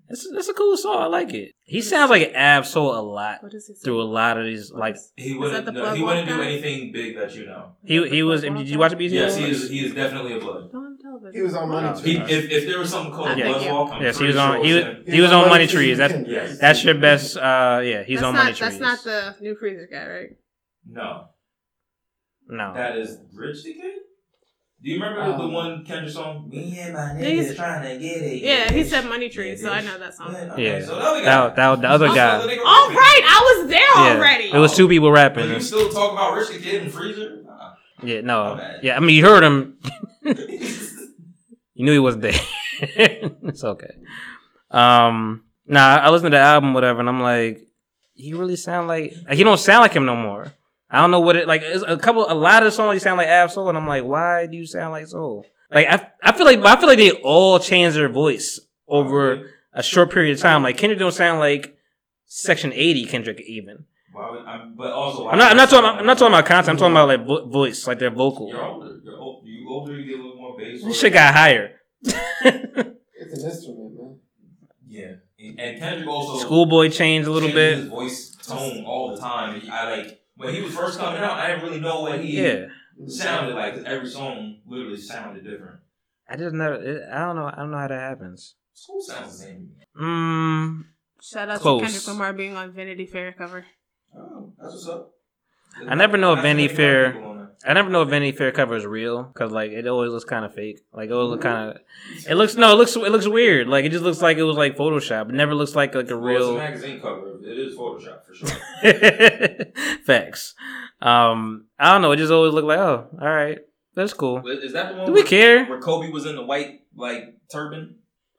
S1: It's it's a cool song. I like it. He sounds like an ab soul a lot
S3: What is this?
S1: through a lot of these. Like
S2: He
S3: that
S2: wouldn't.
S3: the
S2: No,
S3: plug
S2: he wouldn't
S3: walk
S2: do
S3: guy?
S2: anything big that you know.
S1: he he was. Did you watch the BT
S2: Yes,
S1: Awards?
S2: he is. He is definitely a blood.
S3: Don't tell them.
S4: He was on
S1: Wow.
S4: money.
S2: He,
S4: Tree.
S2: if, if there was something called
S3: Yeah.
S2: blood walk, I'm
S1: Yes, he
S2: pretty
S1: was on.
S2: sure
S1: He
S2: it
S1: was,
S2: him.
S1: he was on Money
S4: Tree
S1: Trees. That's
S4: Weekend.
S2: Yes.
S1: that's your best. Uh, yeah, he's
S3: that's
S1: on
S3: not,
S1: Money Trees.
S3: That's not the new freezer guy, right?
S2: No,
S1: no.
S2: that is Rich the Kid. Do you remember
S1: Oh.
S4: Um,
S2: the one Kendrick song? Me and my
S3: He's-
S2: niggas trying to get it.
S3: Yeah, he said Money Tree, so I know that song.
S2: Yeah.
S1: Yeah.
S2: Okay, so the other guy.
S1: that, that the other
S2: Also,
S1: guy.
S2: the nigga
S3: All
S2: rapping.
S3: right, I was there
S1: Yeah,
S3: already.
S1: it was two people
S2: But
S1: rapping.
S2: you still talk about Rich the Kid and Freezer? Nah.
S1: Yeah,
S2: My
S1: no.
S2: bad.
S1: Yeah, I mean, you heard him. You knew he wasn't there. it's okay. Um, nah, I listened to the album, whatever, and I'm like, he really sound like, like he don't sound like him no more. I don't know what it like. It's a couple, a lot of songs he sound like Ab Soul, and I'm like, why do you sound like Soul? Like I, I feel like, I feel like they all changed their voice over a short period of time. Like Kendrick don't sound like Section 80 Kendrick even.
S2: Why would, I'm, but also, why
S1: I'm not, I'm not
S2: would I
S1: talking, I'm not talking about content. I'm talking about like vo- voice, like their vocal.
S2: You're older. You're old, you older. You get a little more bass.
S1: This shit got higher.
S4: It's an instrument, man.
S2: Yeah, and and Kendrick also
S1: Schoolboy changed a little
S2: changes
S1: bit.
S2: His voice tone all the time. And I like when he was first coming out. I didn't really know what he
S1: Yeah,
S2: sounded like. 'cause Every song literally sounded different.
S1: I just never. It, I don't know. I don't know how that happens.
S2: School sounds the same.
S1: Mm,
S3: Shout out
S1: Close.
S3: to Kendrick Lamar being on Vanity Fair cover.
S2: Oh, that's what's up.
S1: I never know if
S2: That's
S1: Vanity
S2: what they got
S1: Fair-
S2: people on there.
S1: I never know if Vanity Fair cover is real because like it always looks kind of fake. Like it always look kind of. It looks no, it looks it looks weird. Like it just looks like it was like Photoshop. It never looks like like a
S2: Well, it's a
S1: real.
S2: magazine cover. It is Photoshop for sure.
S1: Facts. Um, I don't know. It just always looked like oh, all right, that's cool.
S2: But is that the one?
S1: Do we
S2: where-
S1: care?
S2: Where Kobe was in the white like turban?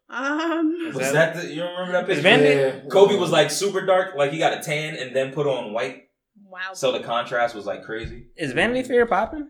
S3: Um,
S1: Is
S2: Was
S1: that-
S2: that, the, you don't remember that
S1: Is
S2: picture?
S1: Van-
S4: Mm. Yeah.
S2: Kobe was like super dark, like he got a tan and then put on white,
S3: wow.
S2: so the contrast was like crazy.
S1: Is Vanity Fair popping?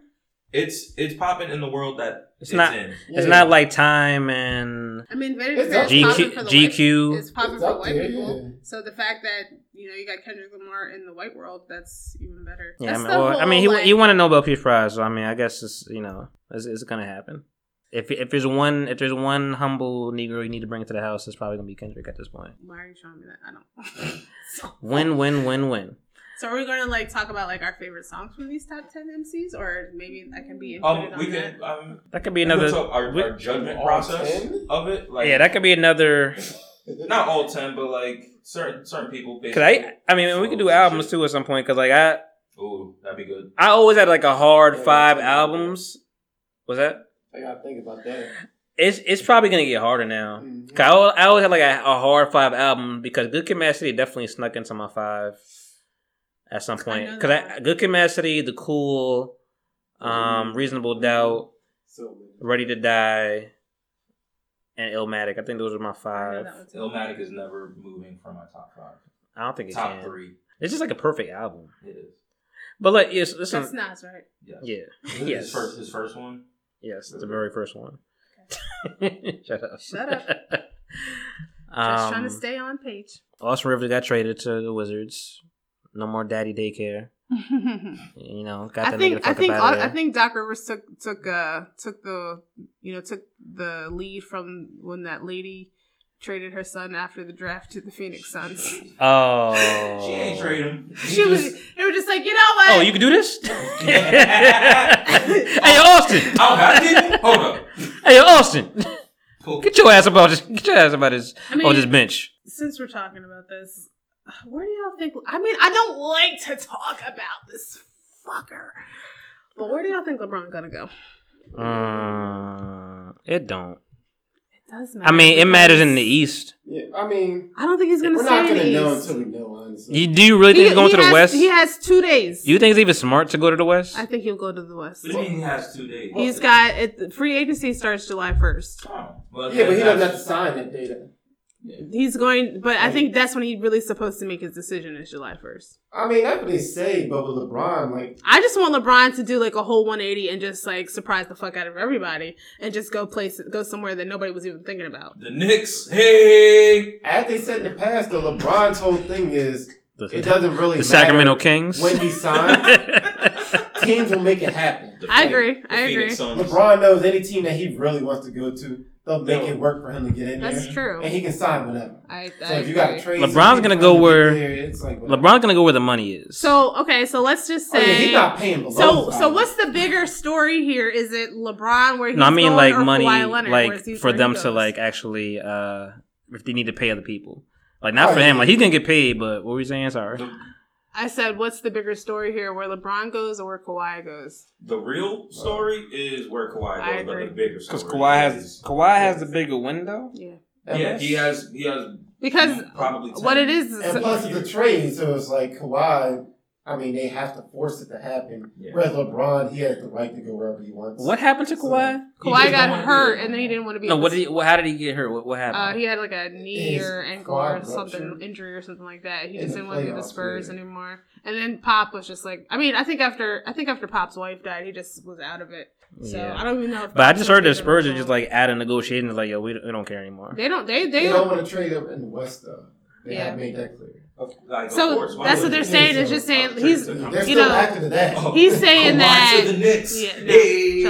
S2: It's it's popping in the world that
S1: It's
S2: it's,
S1: not-
S2: in.
S1: It's
S4: Yeah.
S1: not like Time and
S3: I mean, Vanity
S4: It's
S3: Fair
S4: up
S3: is popping
S1: GQ.
S3: for the white. It's
S1: GQ.
S3: popping
S4: It's
S3: for
S4: up
S3: white
S4: there,
S3: people.
S4: yeah.
S3: So the fact that you know you got Kendrick Lamar in the white world, that's even better.
S1: Yeah, I
S3: That's
S1: mean,
S3: the
S1: well, I
S3: whole,
S1: mean, he
S3: like-
S1: he won a Nobel Peace Prize, so I mean, I guess it's you know, it's, it's gonna happen. If if there's one if there's one humble Negro you need to bring into the house, it's probably gonna be Kendrick at this point.
S3: Why are you showing me that? I don't. so,
S1: Win, win, win, win.
S3: so are we going to like talk about like our favorite songs from these top ten MCs, or maybe I can be included
S2: Um,
S3: on
S2: we
S3: that?
S2: could um,
S1: That could be
S2: we
S1: another.
S2: could talk our,
S1: we-
S2: our judgment
S4: All
S2: process
S4: 10?
S2: of it. Like,
S1: Yeah, that could be another.
S2: not all ten, but like certain certain people.
S1: Cause I I mean, we could do albums too at some point. Cause like I
S2: Ooh, that'd be good.
S1: I always had like a hard five albums. Was that?
S4: I gotta think about that.
S1: It's it's probably gonna get harder now.
S4: Mhm.
S1: 'Cause I, al- I always had like a, a hard five album because Good Kid, Mad City definitely snuck into my five at some point.
S3: know
S1: Because
S3: that
S1: I,
S3: one.
S1: Good Kid, Mad City, The Cool,
S3: Mm-hmm.
S1: um, Reasonable Doubt,
S4: So
S1: Ready to Die, and Illmatic. I think those are my
S3: I know
S1: five.
S3: that one's-
S2: Illmatic is never moving from my top five,
S1: I don't think it
S2: top
S1: can.
S2: three.
S1: It's just like a perfect album.
S2: It is.
S1: But like, yes,
S3: That's
S1: listen,
S3: Nas, right?
S2: Yeah.
S1: yeah,
S2: His-
S1: yes,
S2: His first, his first one.
S1: yes, it's the very first one. Shut up!
S3: Shut up.
S1: um,
S3: Just trying to stay on page.
S1: Austin Rivers got traded to the Wizards. No more daddy daycare. You know, got
S3: I
S1: that nigga the
S3: think
S1: fuck
S3: I think
S1: up out
S3: I
S1: of there.
S3: think Doc Rivers took took uh took the you know took the lead from when that lady traded her son after the draft to the Phoenix Suns.
S1: Oh,
S2: She ain't trade him. He
S3: She was
S2: just-
S3: they were just like you know what?
S1: Oh, you can do this. hey, Austin.
S2: Oh, I did. Hold up.
S1: Hey, Austin.
S2: Cool.
S1: Get your ass about this. Get your ass about this.
S3: I mean,
S1: on this bench.
S3: since we're talking about this, where do y'all think? I mean, I don't like to talk about this fucker, but where do y'all think LeBron gonna go?
S1: Mm, it don't.
S3: It does matter.
S1: I mean, it matters in the E-
S3: because
S1: East.
S4: yeah, I mean,
S3: I don't think he's gonna
S4: we're
S3: stay
S4: not
S3: in
S4: gonna
S3: the
S4: know
S3: East.
S4: until we know. Honestly,
S1: You, do you really think
S3: He-
S1: he's going
S3: he
S1: to the
S3: has-
S1: West?
S3: He has two days.
S1: Do you think it's even smart to go to the West?
S3: I think he'll go to the West.
S2: What do you mean he has two days?
S3: He's got it, free agency starts July first.
S2: Oh, well,
S4: yeah, but
S2: that's-
S4: he doesn't have to sign that data.
S3: He's going, but I think that's when he really supposed to make his decision is July first.
S4: I mean, that's what they say, but with LeBron, like,
S3: I just want LeBron to do like a whole 180 and just like surprise the fuck out of everybody and just go place go somewhere that nobody was even thinking about.
S2: The Knicks. Hey.
S4: as they said in the past, the LeBron's whole thing is
S1: the
S4: it doesn't really
S1: the
S4: matter
S1: Sacramento Kings.
S4: when he signs. teams will make it happen.
S2: The
S3: I
S2: Phoenix-
S3: agree.
S2: the
S3: I agree.
S2: Phoenix Suns.
S4: LeBron knows any team that he really wants to go to, they'll make
S2: No.
S4: it work for him to get in there,
S3: That's true.
S4: and he can sign whatever.
S3: I, I
S4: So if
S3: agree.
S4: you got to trade,
S1: LeBron's
S4: somebody
S1: gonna
S4: for
S1: go
S4: him to get
S1: where-
S4: there, it's like whatever.
S1: LeBron's gonna go where the money is.
S3: so okay, so let's just
S4: Oh, yeah,
S3: say.
S4: he's not paying below.
S3: so
S4: his
S3: so
S4: value.
S3: what's the bigger story here? Is it LeBron where he's
S1: no, I mean
S3: going
S1: like
S3: or
S1: money,
S3: Kawhi Leonard, where
S1: like
S3: is he-
S1: for
S3: where he
S1: them to
S3: goes?
S1: like actually, uh if they need to pay other people, like not
S4: Oh,
S1: for him.
S4: yeah.
S1: Like he's gonna get paid, but what were you saying? Sorry.
S2: The,
S3: I said, what's the bigger story here? Where LeBron goes or where Kawhi goes?
S2: the real story is where Kawhi goes,
S3: I agree.
S2: but the bigger story. is-
S1: Kawhi
S4: has the
S1: bigger window.
S3: Yeah,
S2: Yeah, he has. He has
S3: because
S2: probably 10.
S3: what it is, is
S4: And plus, it's a trade, so it's like Kawhi. I mean, they have to force it to happen.
S2: Yeah.
S4: Whereas LeBron, he has the right to go wherever he wants.
S1: What happened to Kawhi?
S2: He
S3: Kawhi
S2: just
S3: got
S2: don't wanna be
S3: hurt
S2: there.
S3: and then he didn't want to be.
S1: No,
S3: in
S1: what
S3: the
S1: did he? What, how did he get hurt? What, what
S3: Uh,
S1: happened?
S3: he had like a knee
S4: His
S3: or ankle
S4: quad
S3: or something
S4: rupture.
S3: injury or something like that. He
S4: In
S3: just
S4: the
S3: didn't want to be with
S4: playoffs,
S3: the Spurs
S4: yeah.
S3: anymore. And then Pop was just like, I mean, I think after I think after Pop's wife died, he just was out of it. So
S1: Yeah.
S3: I don't even know. If
S1: but I
S3: Pop's
S1: just heard that
S3: gonna be there
S1: Spurs are
S3: long.
S1: just like out of negotiating. Like, yo, we don't, we don't care anymore.
S3: they don't they
S4: They
S3: they
S4: don't
S3: don't.
S4: want to trade up in the West, though. They
S3: Yeah.
S4: have made that clear.
S2: Of- like, of
S3: So
S2: course, why
S3: that's what
S2: would
S3: they're
S2: he?
S3: saying. It's just saying he's
S2: They're
S4: They're
S3: you
S4: still
S3: know
S4: active to that.
S2: Oh,
S3: he's saying
S2: Kawhi
S3: that-
S2: to the Knicks.
S3: Yeah, no,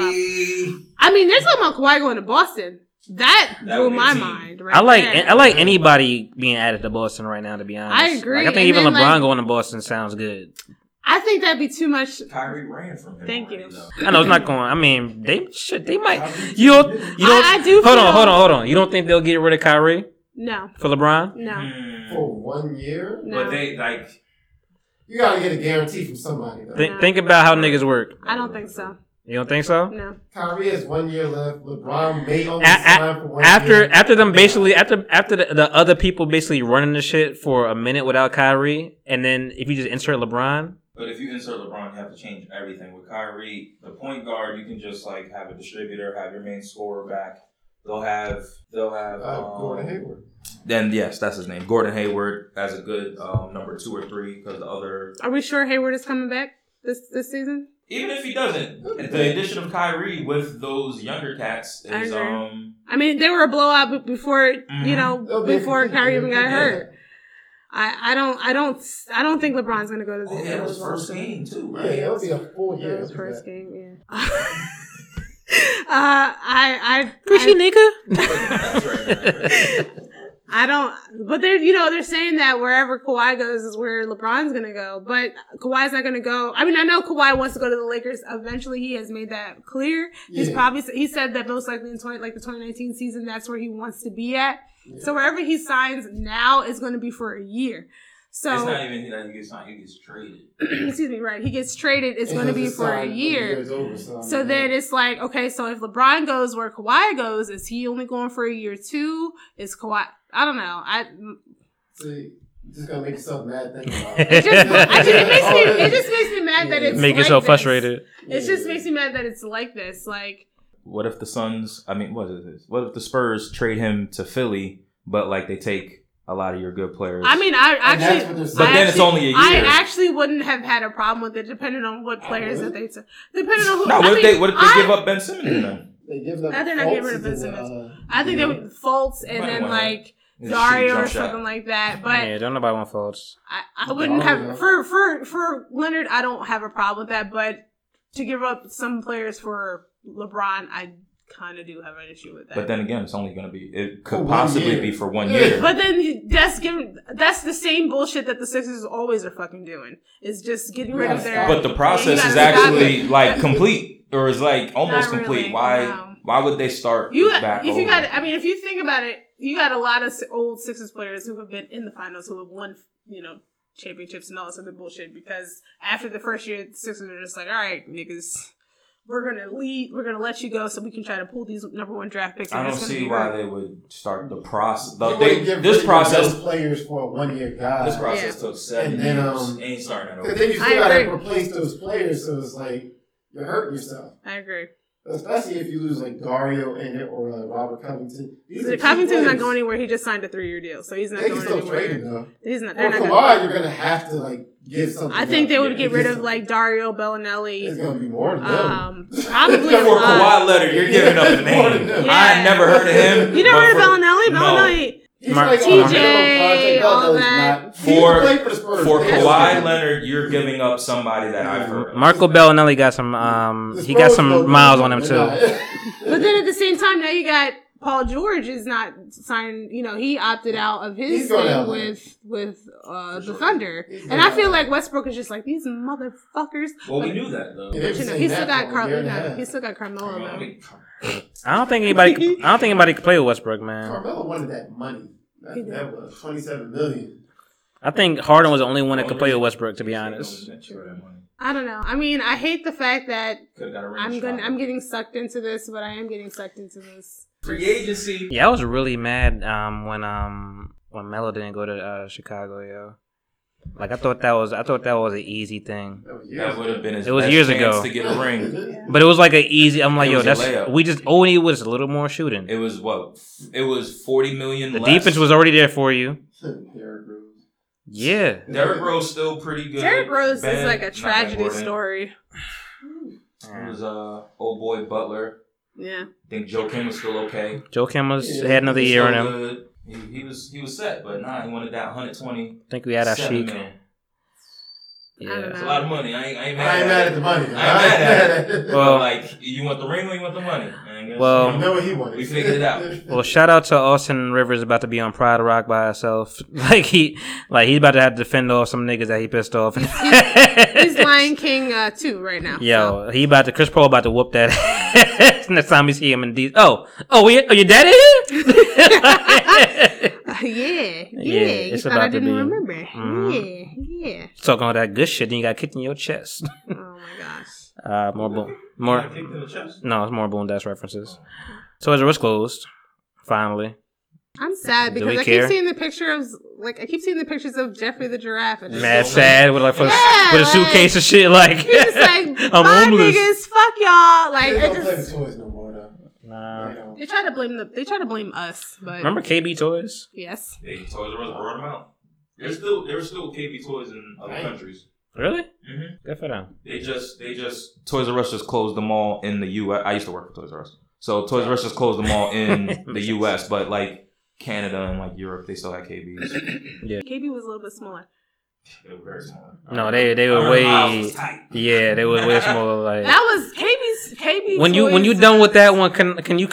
S2: hey.
S3: I mean, there's talking about Kawhi going to Boston. That,
S2: That
S3: blew
S2: would be
S3: my
S2: deep.
S3: mind. Right
S1: I like
S3: there.
S1: I like anybody being added to Boston right now. To be honest,
S3: I agree,
S1: Like, I
S3: and
S1: think even
S3: then,
S1: LeBron
S3: like-
S1: going to Boston sounds good.
S3: I think that'd be too much.
S2: Kyrie ran from him.
S3: Thank
S2: already,
S3: you.
S2: though.
S1: I know it's not going. I mean, they should. They might.
S2: Kyrie-
S1: You don't. You don't.
S3: I, I do.
S1: hold
S3: feel-
S1: on. Hold on. Hold on. You don't think they'll get rid of Kyrie
S3: No,
S1: for LeBron?
S3: no,
S2: Hmm.
S4: For one year?
S3: no.
S2: But they like
S4: You gotta get a guarantee from somebody though.
S1: Think, think about how niggas work.
S3: I don't think so.
S1: You don't think so?
S3: No.
S4: Kyrie has one year left. LeBron may only
S1: A- a-
S4: sign for one
S1: After
S4: year.
S1: after them basically after after the, the other people basically running the shit for a minute without Kyrie, and then if you just insert LeBron,
S2: But if you insert LeBron, you have to change everything. With Kyrie, the point guard, you can just like have a distributor, have your main scorer back. They'll have they'll have
S4: uh,
S2: um,
S4: Gordon Hayward.
S2: Then yes, that's his name, Gordon Hayward, as a good um, number two or three because the other.
S3: Are we sure Hayward is coming back this this season?
S2: Even if he doesn't, the addition of Kyrie with those younger cats
S3: I
S2: is
S3: agree.
S2: um.
S3: I mean, they were a blowout be- before you
S2: Mhm.
S3: know
S4: It'll be a
S3: before
S4: continued
S3: Kyrie even got
S4: year.
S3: hurt. I, I don't I don't I don't think LeBron's gonna go to the
S2: Oh yeah, it was first game too,
S4: Yeah,
S2: right?
S4: it'll be a full
S3: That
S4: year.
S3: was
S4: after
S3: first
S4: that.
S3: game, yeah. uh, I I I-
S2: That's right.
S3: I don't, but they're, you know, they're saying that wherever Kawhi goes is where LeBron's going to go, but Kawhi's not going to go. I mean, I know Kawhi wants to go to the Lakers. Eventually, he has made that clear. He's
S4: Yeah.
S3: probably, he said that most likely in 20, like the 2019 season, that's where he wants to be at.
S4: Yeah.
S3: So wherever he signs now is going to be for a year.
S2: it's
S3: So,
S2: not even that he gets signed; he gets traded.
S3: excuse me, right. He gets traded. It's
S4: And
S3: going to
S4: he'll
S3: be
S4: just oh,
S3: for a
S4: sign when the
S3: year.
S4: year's over, so, I
S3: So
S4: mean,
S3: then it's like, okay, so if LeBron goes where Kawhi goes, is he only going for a year too? Is Kawhi? I don't know. I
S4: See, you're just gonna make yourself mad. Thinking about
S3: it
S4: it.
S3: just, I just- it makes me it just makes me mad that it's
S1: make
S3: like
S1: yourself
S3: this.
S1: frustrated.
S3: It just makes me mad that it's like this. Like
S2: What if the Suns? I mean, what is this? What if the Spurs trade him to Philly, but like they take a lot of your good players?
S3: I mean, I
S4: And that's what
S3: actually.
S4: they're
S2: but
S4: saying.
S2: then it's
S3: actually-
S2: only a year.
S3: I actually wouldn't have had a problem with it, depending on what
S4: I
S3: players that
S4: would.
S3: they took. Depending on who.
S2: no,
S3: I
S2: what if
S3: mean,
S2: they what if they
S3: I,
S2: give up Ben Simmons? to them?
S4: They give up
S3: I think they're not getting
S4: Fultz
S3: rid of
S4: and,
S3: Ben Simmons.
S4: uh,
S3: I think they
S4: yeah.
S3: would Fultz and
S2: Might
S3: then
S2: wanna-
S3: like
S2: It's a shitty
S3: Dario
S2: jump
S3: or
S2: shot.
S3: something like that. But
S1: yeah, don't nobody want faults.
S3: I, I wouldn't have for for for Leonard. I don't have a problem with that, but to give up some players for LeBron, I kind of do have an issue with that.
S2: But then again, it's only going to be. It could
S4: For one
S2: possibly
S4: year.
S2: be for one
S4: Yeah.
S2: year.
S3: But then that's giving that's the same bullshit that the Sixers always are fucking doing. Is just getting rid of their.
S4: Yeah.
S2: But the process
S3: Yeah, you
S2: is
S3: gotta stop
S2: actually
S3: it.
S2: like complete, or is like almost
S3: Not
S2: complete.
S3: really,
S2: Why?
S3: no.
S2: Why would they start
S3: you
S2: back
S3: if you
S2: over?
S3: got I mean if you think about it, you got a lot of s- old Sixers players who have been in the finals who have won you know championships and all this other bullshit because after the first year, the Sixers are just like, all right, niggas. We're gonna lead. We're gonna let you go, so we can try to pull these number one draft picks.
S2: I
S3: and
S2: don't
S3: it's gonna
S2: see
S3: be
S2: why
S3: great."
S2: they would start the process. The,
S4: You
S2: they-
S4: wouldn't give
S2: this
S4: rid of those
S2: process.
S4: players for a one year guy.
S2: This process took seven
S4: And then,
S2: years.
S4: um,
S2: Ain't starting
S4: Because
S2: over.
S4: then you still
S3: I
S4: gotta
S3: agree.
S4: replace those players, so it's like you're hurting yourself.
S3: I agree.
S4: Especially if you lose like Dario and or uh, Robert Covington. These are key
S3: Covington's not
S4: players.
S3: going anywhere. He just signed a three-year deal, so he's not
S4: They can
S3: going
S4: still trade him Oh,
S3: anywhere.
S4: though.
S3: He's not. They're
S4: Or
S3: not gonna-
S4: Kawhi, you're gonna have to like give something.
S3: I think
S4: up.
S3: they would
S2: Yeah,
S3: get
S4: you
S3: rid
S4: just-
S3: of like Dario
S4: It's
S3: Bellinelli.
S4: gonna be more than them.
S3: Um, probably.
S2: For
S4: Or
S3: uh,
S2: Kawhi Leonard, you're giving up a name.
S4: Yeah.
S2: I never heard of him.
S3: You never
S2: but
S3: heard of
S2: for-
S3: Bellinelli?
S2: No.
S3: Bellinelli.
S4: He's
S1: Mark-
S4: like oh,
S1: TJ,
S4: on a minimum contract.
S3: all
S4: No, he's
S3: that.
S4: not.
S2: For-
S4: He played for the Spurs.
S2: For
S4: They don't care.
S2: Kawhi Leonard, you're giving up somebody that I've heard. of.
S1: Marco Bellinelli got some. Um,
S4: The
S1: he got
S4: Spurs don't
S1: some miles on him
S4: care.
S1: too.
S3: But then at the same time, now you got Paul George is not signing. You know, he opted out of his
S4: He's going
S3: thing
S4: out there.
S3: with with uh,
S2: For
S3: the
S2: sure.
S3: Thunder,
S4: He's
S3: and
S4: going
S3: I feel
S4: out
S3: like Westbrook is just like these motherfuckers.
S2: Well, we knew that though.
S4: Yeah.
S3: But you know,
S4: saying
S3: he's still
S4: that
S3: got
S4: for a
S3: Carl.
S4: year and a
S3: No,
S4: half.
S3: he's still got Carmelo.
S2: Carmelo,
S3: though.
S1: I don't think anybody. could- I don't think anybody could play with Westbrook, man.
S4: Carmelo wanted that money. That,
S3: He did.
S4: that was twenty-seven million.
S1: I think Harden was the only one that could play with Westbrook, to be honest.
S3: I don't know. I mean, I hate the fact that
S2: Could've got a ring
S3: I'm
S2: shot.
S3: going to I'm getting sucked into this, but I am getting sucked into this.
S2: free agency.
S1: Yeah, I was really mad um, when um when Melo didn't go to uh, Chicago, yo. Like I thought that was I thought that was an easy thing,
S4: That was years
S2: That would have been his.
S1: It was
S2: best
S1: years
S2: chance
S1: ago.
S2: to get a ring.
S1: but it was like an easy. I'm like,
S2: It
S1: yo,
S2: was a
S1: that's
S2: layup.
S1: we just all we needed was a little more shooting.
S2: It was what? It was forty million.
S1: the
S2: less.
S1: defense was already there for you.
S4: Derrick Rose.
S1: Yeah,
S2: Derrick Rose still pretty good.
S3: Derrick Rose is
S2: Ben-
S3: like a
S2: not Ben
S3: tragedy
S2: Gordon.
S3: story.
S2: It was uh old boy Butler.
S3: Yeah.
S2: I think Joe Kim was still okay.
S1: Joe Kim was
S4: Yeah,
S1: had another
S2: He was
S1: year in
S2: still
S1: him.
S2: good. He, he was he was set, but nah, he wanted that 120.
S1: I think we had our
S2: seven
S1: chic.
S2: mil.
S3: I
S1: Yeah.
S3: don't
S2: That's
S3: know.
S2: a lot of money. I ain't, I ain't mad,
S4: I ain't mad at the money. I ain't
S2: mad
S4: mad at it.
S1: Well-
S2: But, like, you want the ring or you want the money? I guess,
S1: Well-
S2: you
S4: You
S2: know,
S4: know what he wanted.
S2: We figured it out.
S1: Well, shout out to Austin Rivers about to be on Pride Rock by himself. Like he, like he's about to have to fend off some niggas that he pissed off.
S3: He's Lion King uh, 2 right now. so.
S1: Yo, he about to Chris Paul about to whoop that ass next time we see him in D. Oh, oh, we, are you dead in oh, here?
S3: yeah, yeah. you
S1: it's
S3: thought
S1: about
S3: I
S1: to
S3: didn't
S1: be.
S3: remember.
S1: Mhm.
S3: Yeah, yeah.
S1: Talking all that good shit, then you got kicked in your chest.
S3: Oh my gosh.
S1: Uh, more boom,
S2: Got
S1: more.
S2: kicked in the chest.
S1: No, it's more boom dash references. So as it was closed, finally.
S3: I'm sad
S1: Do
S3: because
S1: we
S3: I
S1: care?
S3: keep seeing the pictures, like I keep seeing the pictures of Jeffrey the giraffe. And it's
S1: Mad
S3: just-
S1: sad with like for,
S3: Yeah,
S1: with a
S3: like-
S1: suitcase and shit. Like,
S3: He's just like,
S1: I'm
S3: bye
S1: homeless."
S3: niggas, fuck y'all. Like
S4: They
S3: it
S4: don't play the
S3: just,
S4: toys no more though.
S1: Nah.
S4: They don't.
S3: they try to blame the, they try to blame us, but
S1: Remember KB Toys?
S3: yes,
S2: They Toys R Us brought them out. There's still there's still KB toys in other
S4: Right.
S2: countries.
S1: Really?
S2: Mhm.
S3: Mm-hmm.
S1: Good for them.
S2: They just they just Toys R Us just closed the mall in the U.S. I used to work for Toys R Us, so Toys R Us just closed the mall in the U.S. But like Canada and like Europe, they still had KBs.
S3: KB was a little bit smaller.
S2: They were very small.
S1: No, they they
S2: I
S1: were
S2: remember mine
S1: way.
S2: was tight.
S1: Yeah, they were way smaller. Like
S3: That was KB's KB.
S1: when you when you
S3: toys-
S1: done with that one, can can you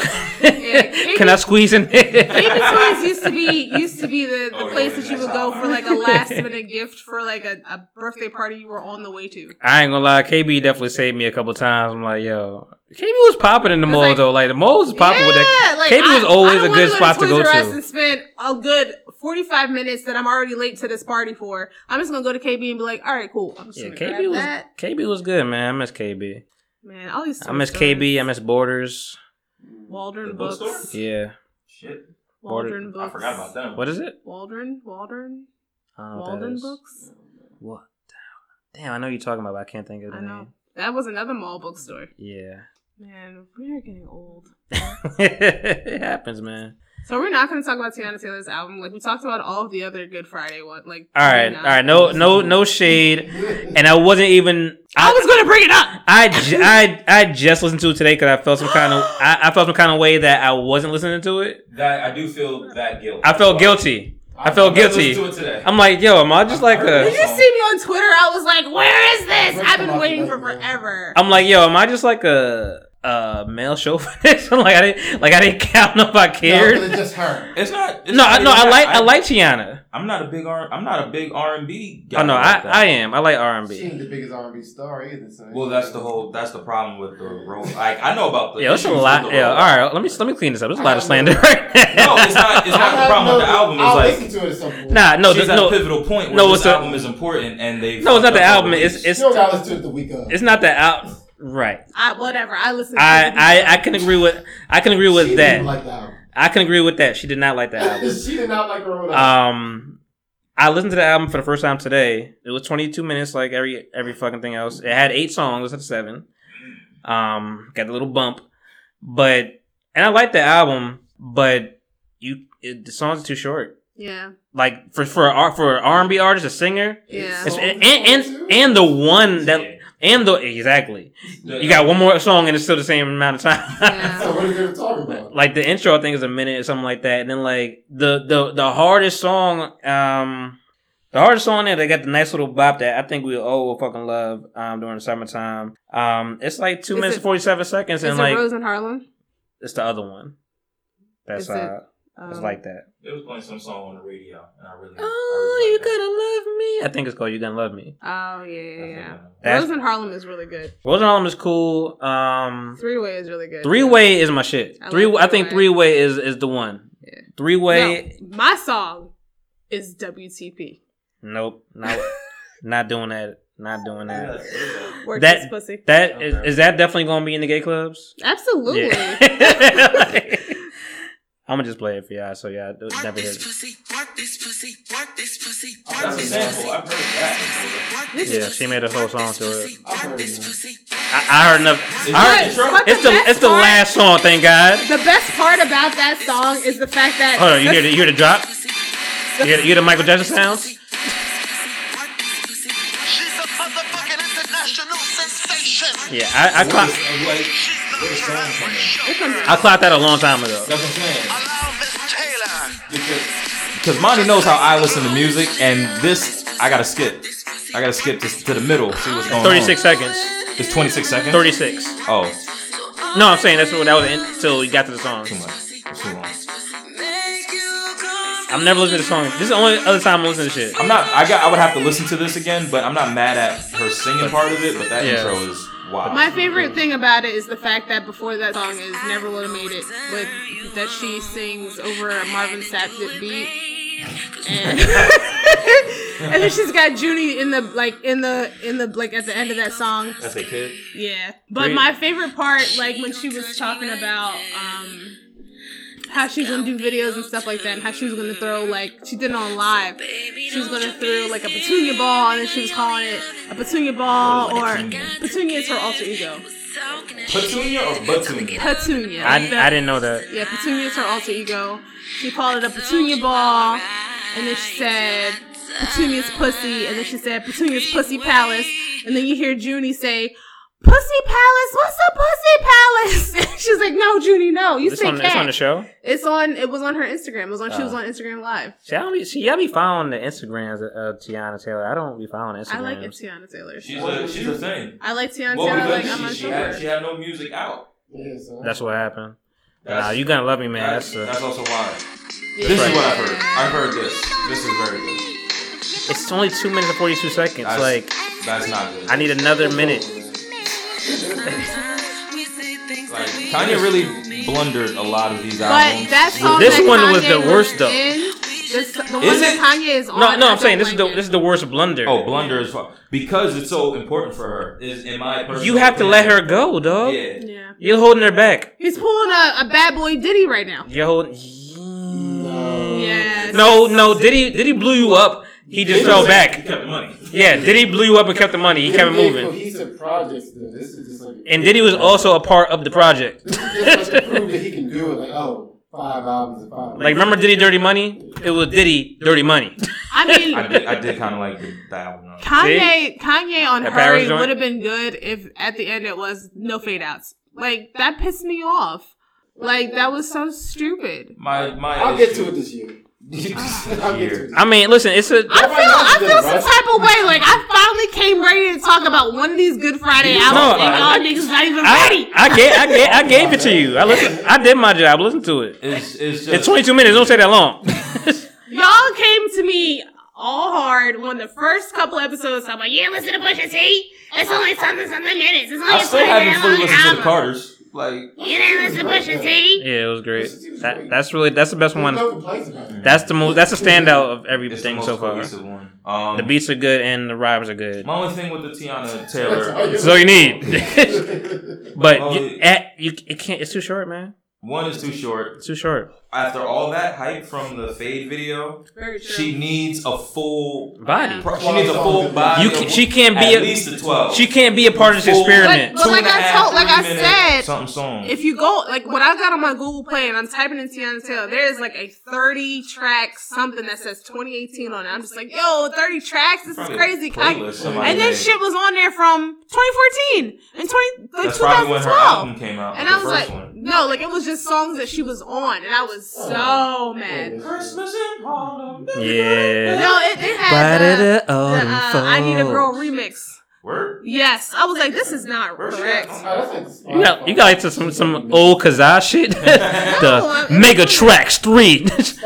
S1: can I squeeze in?
S3: KB Toys used to be used to be the, the
S2: Oh, yeah,
S3: place
S2: yeah,
S3: that you
S2: that's
S3: would go
S2: how-
S3: for like a last minute gift for like a, a birthday party you were on the way to.
S1: I ain't gonna lie, KB definitely saved me a couple times. I'm like, yo, KB was popping in the
S3: It's
S1: mall
S3: like-
S1: though. Like the mall was popping with that.
S3: like,
S1: KB was always a
S3: wanna
S1: good spot to
S3: Toys
S1: go
S3: R Us
S1: to.
S3: And spend a good forty five minutes that I'm already late to this party for. I'm just gonna go to KB and be like, all right, cool. I'm just
S1: Yeah,
S3: gonna
S1: KB
S3: grab
S1: was
S3: that.
S1: KB was good, man. I miss KB.
S3: Man, all these.
S1: I miss
S3: stores.
S1: KB. I miss Borders.
S2: The
S3: Waldron books.
S2: bookstore?
S1: Yeah.
S2: Shit,
S3: Waldron books.
S2: I forgot about them.
S1: What is it?
S3: Waldron, Waldron,
S1: I don't know what that
S3: Walden
S1: is.
S3: books.
S1: What? Damn, I know you're talking about, but I can't think of the
S3: I
S1: name.
S3: know that was another mall bookstore.
S1: Yeah.
S3: Man, we are getting old.
S1: it happens, man.
S3: So we're not going to talk about Tiana Taylor's album. Like we talked about all of the other Good Friday one. Like
S1: All right,
S3: we're
S1: all
S3: not.
S1: right. No, no, no shade. And I wasn't even.
S3: I
S1: I
S3: was going to bring it up.
S1: I, ju- I, I just listened to it today because I felt some kind of I, I felt some kind of way that I wasn't listening to it.
S2: That I do feel that guilt.
S1: I felt guilty. I felt
S2: I listened
S1: guilty.
S2: To it today.
S1: I'm like, yo, am I just like
S3: Did
S1: a?
S3: you see me on Twitter? I was like, "Where is this? I've been
S4: Let's
S3: waiting for
S4: talk about it, yeah.
S3: forever."
S1: I'm like, yo, am I just like a a male chauvinist? like I didn't like I didn't count if I
S4: No,
S1: cared.
S4: it's just her.
S2: It's not. It's
S1: No, I,
S2: not
S1: no,
S2: even
S1: I
S2: that.
S1: like I like Tiana.
S2: I'm not a big R. I'm not a big R and B guy.
S1: Oh no, I
S2: like that.
S1: I am. I like R and
S4: She ain't
S1: B.
S4: the biggest R&B star either. So
S2: Well, that's the whole. That's the problem with the role. Like I know about the.
S1: Yeah, it's a
S2: issues with the
S1: lot.
S2: role.
S1: Yeah, all right. Let me let me clean this up. There's a lot of slander right now.
S2: No, it's not. It's not the problem with the album. It's
S4: I'll
S2: like
S4: listen to it at some point.
S1: Nah, no,
S2: she's
S1: th-
S2: at
S1: no.
S2: a pivotal point where
S1: No,
S2: this
S1: it's a-
S2: album is important, and they.
S1: No, it's not the album. It's
S4: You
S1: it's
S4: don't gotta listen to it the week of.
S1: it's not the out. Right.
S3: I, whatever. I listen. To
S1: I, I I can agree with I can agree
S4: She
S1: with
S4: didn't
S1: that.
S4: even like the album.
S1: I can agree with that. She did not like the album.
S4: she did not like her own album.
S1: Um, I listened to the album for the first time today. It was 22 minutes, like every every fucking thing else. It had eight songs instead of seven. Um, got a little bump, but and I like the album, but you it, the songs are too short.
S3: yeah,
S1: Like for for a R for an R and B artist, a singer,
S3: yeah.
S1: it's, and, and and the one that and the exactly you got one more song and it's still the same amount of time.
S3: Yeah.
S4: so what are you gonna talk about?
S1: like the intro I think is a minute or something like that. And then like the the the hardest song, um the hardest song there, they got the nice little bop that I think we all will fucking love um during the summertime. Um it's like two
S3: Is
S1: minutes
S3: it-
S1: and forty seven seconds
S3: Is
S1: and
S3: it
S1: like
S3: Rose in Harlem?
S1: it's the other one. That's
S3: Is it,
S1: uh
S3: Um,
S1: it's like that.
S2: It was playing some song on the radio, and I really.
S1: Oh, you gonna love me. I think it's called You Gonna Love Me.
S3: Oh yeah, yeah. yeah.
S1: That's,
S3: Rose in Harlem is really good.
S1: Rose Harlem is cool. Um
S3: Three Way is really good.
S1: Three Way is my shit.
S3: I like
S1: Three I think
S3: Three
S1: Three Way is is the one.
S3: Yeah.
S1: Three Way
S3: No, my song is WTP.
S1: Nope, not not doing that. Not doing that.
S3: Work
S1: That-
S3: this pussy.
S1: That is, is that definitely going to be in the gay clubs?
S3: Absolutely.
S1: I'm gonna just play it for y'all, so y'all don't-
S5: Work
S1: never hear.
S5: this
S1: It.
S5: pussy, work this pussy, work this pussy,
S2: Oh,
S5: work
S2: that's a
S5: this
S2: sample.
S5: pussy.
S2: I've heard that.
S5: Work
S3: This
S5: this
S1: Yeah,
S5: pussy,
S1: she made a whole
S5: work
S1: song
S5: this
S1: to it.
S5: pussy,
S4: I've heard
S5: Work this
S4: that.
S5: pussy.
S1: I, I heard enough.
S2: Is
S1: I
S2: that
S1: heard-
S2: the intro?
S3: But
S1: it's the
S3: best
S1: it's the
S3: part-
S1: last song. Thank God.
S3: The best part about that song is the fact that
S1: Hold on, you hear the you hear the drop? You hear, you hear the Michael Jackson sounds?
S6: She's a motherfucking international sensation.
S1: Yeah, I I clocked
S2: Like,
S6: She's the
S2: Where's the song
S6: forever
S2: from?
S6: shocker.
S1: I clocked that a long time ago.
S2: that's what I'm saying.
S6: Allow Miss Taylor.
S2: Because Monty knows how I listen to music, and this I gotta skip. I gotta skip this to the middle. See what's going on.
S1: Thirty six seconds.
S2: It's 26 seconds.
S1: Thirty six.
S2: Oh,
S1: No, I'm saying that's what that was in- until you got to the song.
S2: too much. It's too long.
S1: I'm never listening to the song. This is the only other time I listen to shit.
S2: I'm not. I got. I would have to listen to this again, but I'm not mad at her singing part of it. But that
S1: Yeah.
S2: intro is wild.
S3: My favorite thing about it is the fact that before that song is Never Would Have Made It, with that she sings over a Marvin Sapp beat. and, and then she's got Junie in the like in the in the like at the end of that song.
S2: That's a kid.
S3: Yeah. But
S1: Great.
S3: my favorite part, like when she was talking about um how she's gonna do videos and stuff like that, and how she was gonna throw like she did it on live. She was gonna throw like a petunia ball, and then she was calling it a petunia ball, or petunia is her alter ego.
S2: Petunia or Petunia?
S3: Petunia.
S1: I, I didn't know that.
S3: Yeah, petunia is her alter ego. She called it a petunia ball, and then she said petunia's pussy, and then she said petunia's pussy palace, and then you hear Junie say. Pussy Palace, what's up, Pussy Palace? She's like, no, Junie, no, you
S1: This
S3: say
S1: on,
S3: cat.
S1: this on the show.
S3: It's on. It was on her Instagram. It was on. she was
S1: Oh.
S3: on Instagram Live.
S1: See, I don't be, see, y'all be following the Instagrams of uh, Tiana Taylor. I don't be following Instagrams.
S3: I like it, Tiana Taylor.
S2: She's a she's a thing.
S3: I like Tiana
S2: Well,
S3: Taylor.
S2: because
S3: Like
S2: she,
S3: I'm not
S2: she, had, she
S3: sure.
S2: had no music out.
S4: Yeah, so-
S1: That's what happened.
S2: That's,
S1: nah, you gonna love me, man.
S2: that's,
S1: That's, uh
S2: that's also why.
S3: Yeah.
S2: This
S1: right.
S2: is what I've heard. I've heard this. This is very good.
S1: it's only two minutes and forty two seconds.
S2: That's-
S1: like
S2: That's not good.
S1: I need another
S3: Oh,
S1: minute.
S2: like Kanye really blundered a lot of these albums.
S3: But that song.
S1: Um, This
S3: that
S1: one was
S3: Kanye
S1: the worst, though.
S3: In, this, the one
S2: Is
S3: that
S2: it?
S3: Kanye is on.
S1: No, no,
S3: I
S1: I'm saying
S3: don't
S1: this is the
S3: like
S1: this is the worst blunder.
S2: oh, blunder is fu- because it's so important for her. Is in my personal
S1: you have to let her
S2: opinion.
S1: go, dog.
S2: Yeah.
S3: it. Yeah,
S1: You're holding her back.
S3: he's pulling a, a bad boy Diddy right now.
S1: You're holding.
S3: Yes.
S1: No, no. Did he? Did he blew you up? He just fell
S2: He
S1: back.
S2: kept the money.
S1: Yeah. Did he blew you up and kept the money? He kept it
S4: He did
S1: moving.
S4: Cohesive projects. Though. This is just like.
S1: And Diddy was also a part of the project.
S4: This is just like to prove that he can do it. Like oh, five albums and five.
S1: Like remember Diddy Dirty Money? It was Diddy Dirty Money.
S3: I mean.
S2: I did, I did kind of like the, the album. though.
S3: Kanye, Kanye on
S1: That Paris
S3: Hurry
S1: joint?
S3: would have been good if at the end it was no fade outs. Like that pissed me off. Like that was so stupid.
S2: My my.
S4: I'll get to it this year.
S2: it.
S4: I'll get to it.
S1: I mean, listen, it's a
S3: I feel I feel some type of way. Like I finally came ready to talk about one of these Good Friday albums, and y'all niggas not even
S1: I,
S3: ready.
S1: I gave I gave I gave it to you. I listen, I did my job. Listen to it.
S2: It's it's just
S1: It's 22 minutes. Don't say that long.
S3: Y'all came to me all hard when the first couple episodes. I'm like, yeah, listen to Pusha T. It's only something something minutes. It's only
S2: I
S3: a
S2: still haven't fully
S3: twenty minute
S2: listened to the
S3: album.
S2: Carters. Like
S3: You didn't listen to Pusha T.
S1: yeah, it was great. That, that's really that's the best
S4: There's no
S1: one.
S4: complaints about it.
S1: That's the most. That's the standout of
S2: it's the
S1: everything
S2: most
S1: so far.
S2: cohesive one. Um,
S1: The beats are good and the rhymes are good.
S2: My only thing with the Tiana
S4: That's all Oh,
S2: Taylor,
S4: you're-
S1: That's all you need. but
S2: Oh,
S1: you,
S2: yeah.
S1: at, you it can't. It's too short, man.
S2: one is too short.
S1: It's too short.
S2: After all that hype from the Fade video,
S3: Very
S2: she needs a full.
S1: Body.
S2: pro- She needs a full body.
S1: You
S2: of
S1: can,
S2: work.
S1: she can't
S2: at
S1: be a,
S2: least a twelve.
S1: she can't be a part of this
S2: Full-
S1: experiment.
S3: But like
S2: Two and a
S3: I
S2: half,
S3: told- like I
S2: three minute
S3: said,
S2: something song.
S3: If you go, like what I got on my Google Play and I'm typing in Tiana Taylor, there is like a 30 track something that says 2018 on it. I'm just like, yo, 30 tracks? This is
S2: Probably a
S3: crazy. Kanye-
S2: playlist somebody
S3: And then
S2: made.
S3: shit was on there from 2014 and 20 like
S2: That's probably when her album
S3: 2012.
S2: came out.
S3: And
S2: Oh, the
S3: I was
S2: first
S3: like,
S2: one.
S3: no, like it was just songs that she was on, and I was so mad.
S2: Christmas in Harlem.
S1: Yeah.
S3: No, it, it had the, the, uh, I Need a Girl remix.
S2: Word.
S3: Yes, I was like, this is not
S2: Where's she
S3: correct.
S2: at?
S4: Oh, that's like
S1: You got, you got like to some some old Kazaa shit. the
S3: I'm-
S1: Mega Tracks Three.
S4: Spotify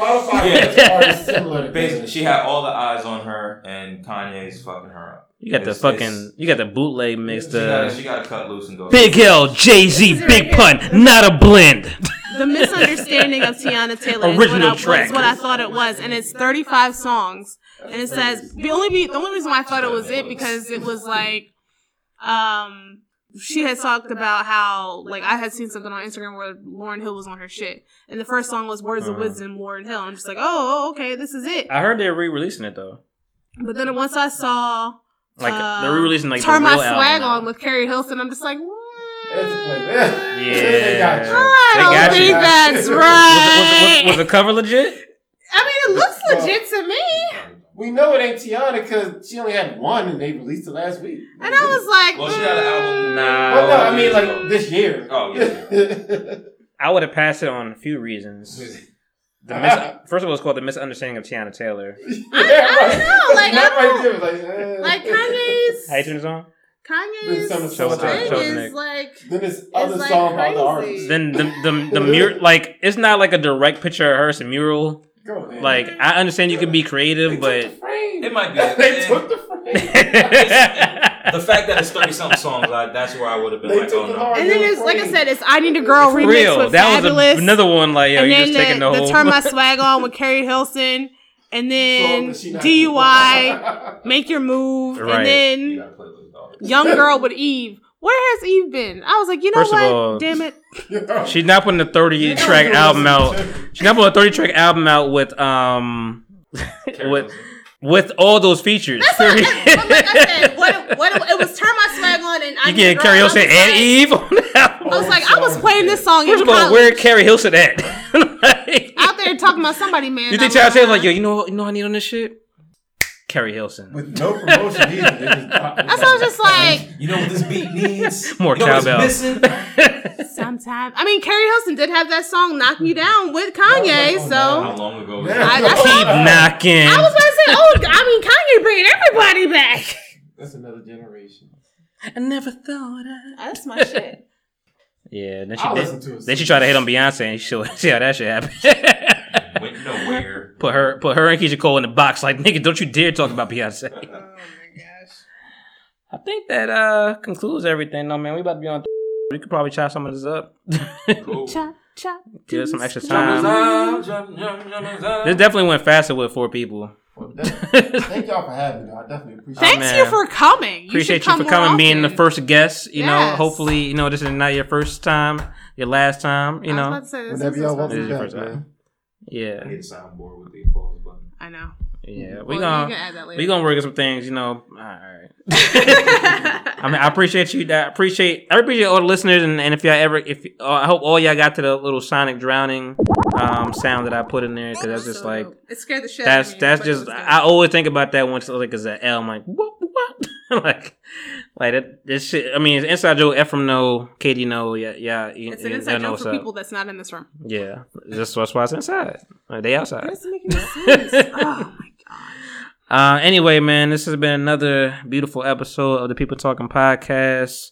S1: Yeah.
S4: artists similar. to
S2: Basically,
S4: this.
S2: she had all the eyes on her, and Kanye's fucking her up.
S1: you got the
S2: It's-
S1: fucking,
S2: it's-
S1: you got the bootleg mix.
S2: She
S1: The
S2: gotta, she gotta cut loose and go.
S1: uh, Big L, Jay Z, Big Pun, not a blend.
S3: the misunderstanding of Tiana Taylor is what,
S1: Original
S3: I,
S1: track.
S3: is what I thought it was, and it's 35 songs, and it says the only be, the only reason why I thought it was it because it was like, um, she had talked about how like I had seen something on Instagram where Lauren Hill was on her shit, and the first song was Words of
S2: Uh-huh.
S3: Wisdom, Lauren Hill. I'm just like, oh, oh, okay, this is it.
S1: I heard they're re-releasing it though.
S3: But then once I saw
S1: Like
S3: uh,
S1: they're re-releasing like
S3: Turn
S1: the
S3: My
S1: real
S3: Swag
S1: album.
S3: on with Carrie Hilson, I'm just like, what?
S4: It's a playback. They got you.
S1: Yeah. They
S3: I
S1: got
S3: don't
S1: you.
S3: think that's
S4: Was it- was it- was
S1: Was, the- was,
S4: it-
S1: the- was
S3: right.
S1: the cover legit?
S3: I mean, it looks legit to me.
S4: We know it ain't Tiana because she only had one and they released it last week.
S3: And I was like,
S2: Well, she had an album.
S1: Nah.
S4: Well, no, I mean like this year.
S2: Oh, yeah,
S1: I would have passed it on a few reasons. The mis- first of all, it's called the misunderstanding of Tiana Taylor.
S3: don't know, like, I
S4: that
S3: don't-
S4: right there was like, eh.
S3: mm, like
S1: How you turn
S3: Kanye's
S1: this on?
S4: Then some-
S3: Kanye's
S4: some of the-
S1: Showtime,
S3: thing
S1: Showtime.
S3: is like
S4: Then this other
S3: like
S4: song by the
S3: crazy.
S4: artist.
S1: Then the the the mural, like it's not like a direct picture of her. It's a mural.
S4: Go, man.
S1: Like I understand you can be
S4: They
S1: creative,
S4: took
S1: but
S4: the frame.
S2: it might be.
S4: they took the frame.
S2: the fact that it's thirty something songs, I, that's where I would have been
S4: They
S2: like,
S4: took
S2: oh
S4: the
S2: no.
S4: hard-
S3: and then it's like I said, it's I Need a Girl remix
S1: real.
S3: with
S1: That was a,
S3: Fabulous.
S1: another one. Like yo,
S3: and
S1: you
S3: then
S1: just taking
S3: the,
S1: the
S3: the
S1: whole.
S3: Turn My Swag on with Carrie Hilson. and
S4: Long
S3: then
S4: as she not-
S3: DUI, make your move,
S1: Right.
S3: and
S2: You
S3: then
S2: gotta play with dogs.
S3: young girl with Eve. Where has Eve been? I was like, you know
S1: First of
S3: what?
S1: all,
S3: Damn it.
S4: Yo.
S1: She's not putting a 30 track album out. She's not putting a 30 track album out with um with with all those features.
S3: But like I said, what, what it was turn my swag on and I
S1: you getting
S3: Girl,
S1: Carrie
S3: I was
S1: Hilson and
S3: like-
S1: Eve on the album.
S3: I was like, I was playing this song
S1: First
S3: in
S1: of all,
S3: college.
S1: where Carrie Hilson at? Like,
S3: out there talking about somebody, man.
S1: you think
S3: I'm
S1: Chad Taylor's like, yo, you know what you know what I need on this shit? Carrie Hilson.
S4: With no promotion either. They just
S3: That's why I was just like,
S7: You know what this beat needs?
S1: More
S7: you know
S1: cowbell.
S7: What's missing?
S3: sometimes. I mean, Carrie Hilson did have that song "Knock Me Down" with Kanye,
S4: oh,
S3: so
S2: How long ago was
S4: Yeah.
S3: I,
S2: that?
S3: that's why-
S1: Keep knocking.
S3: Oh. I was about to say, oh, I mean, Kanye bringing everybody back.
S4: That's another generation.
S1: I never thought I
S3: That's my shit.
S1: Yeah, then she
S4: I
S1: did,
S4: listen to it.
S1: then she tried to hit on Beyonce and she see how that shit happened.
S2: Went nowhere.
S1: put her put her and Keisha Cole in the box like nigga, don't you dare talk about Beyonce.
S3: Oh my gosh.
S1: I think that uh concludes everything. No man, we about to be on. we could probably chop some of this up.
S2: Cool.
S3: Chop chop.
S1: Give us some extra time. This
S2: This
S1: definitely went faster with four people.
S4: Well, that- Thank y'all for having me, though. I definitely appreciate it.
S3: Thanks
S1: Oh, man.
S3: you for coming. You
S1: Appreciate
S3: should
S1: you
S3: come
S1: for
S3: more
S1: coming, being the
S3: often.
S1: first guest. You know,
S3: Yes.
S1: hopefully, you know this is not your first time, your last time. You
S3: I was
S1: know,
S3: about to say, this
S4: Whenever
S3: is-
S4: y'all want me
S1: This is your
S4: back,
S1: first
S4: man.
S2: I
S1: yeah,
S2: need a soundboard with the applause button.
S3: I know.
S1: yeah. We
S3: Well, you can
S1: gonna
S3: add that later.
S1: we gonna work on some things. You know, all right. I mean, I appreciate you. I appreciate. I appreciate all the listeners, and, and if y'all ever, if uh, I hope all y'all got to the little sonic drowning um, sound that I put in there because that's just
S3: So
S1: like
S3: dope. it scared the shit. out of
S1: that's
S3: me,
S1: that's
S3: but it
S1: just.
S3: was dope.
S1: I always think about that once like it's an L. I'm like what what like like that this shit. I mean, it's inside joke. Ephraim know, Katie know. Yeah, yeah. You,
S3: It's
S1: you-
S3: an
S1: y'all
S3: inside
S1: know
S3: joke
S1: what's
S3: for
S1: up.
S3: people that's not in this room.
S1: Yeah, that's that's why it's inside. Like, they outside.
S3: doesn't make any sense. oh my god.
S1: Uh, anyway, man, this has been another beautiful episode of the People Talking Podcast.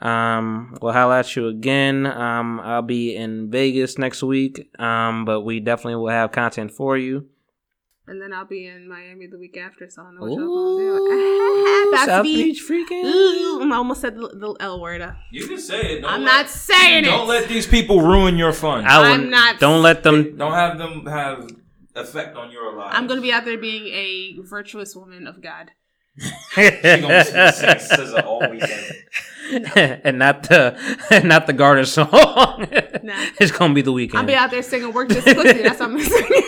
S1: Um, we'll holla at you again. Um, I'll be in Vegas next week. Um, but we definitely will have content for you.
S3: And then I'll be in Miami the week after, so I don't know what y'all
S1: Ooh,
S3: gonna do.
S1: South
S3: South
S1: Beach freaking.
S3: Ooh, I almost said the, the L word.
S2: You can say it. Don't
S3: I'm
S2: let,
S3: not saying it.
S2: Don't let these people ruin your fun.
S1: I will,
S3: I'm not-
S1: Don't let them.
S2: Don't have them have effect on your life.
S3: I'm gonna be out there being a virtuous woman of God.
S2: She gonna say sex scissor all weekend.
S1: and not the and not the garden song. It's gonna be the
S3: I'll
S1: weekend.
S3: be out there singing "Work This Pussy." That's what I'm singing.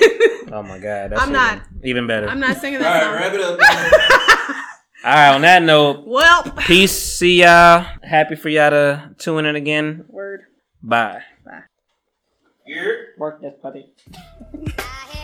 S1: oh my god, that's
S3: I'm not-
S1: even better.
S3: I'm not singing
S2: All right,
S3: that
S2: wrap it up.
S1: All right, on that note.
S3: song. Well,
S1: Peace. See y'all. Happy for y'all to tune in again.
S3: word.
S1: Bye.
S2: Here.
S1: Work this, buddy.
S6: I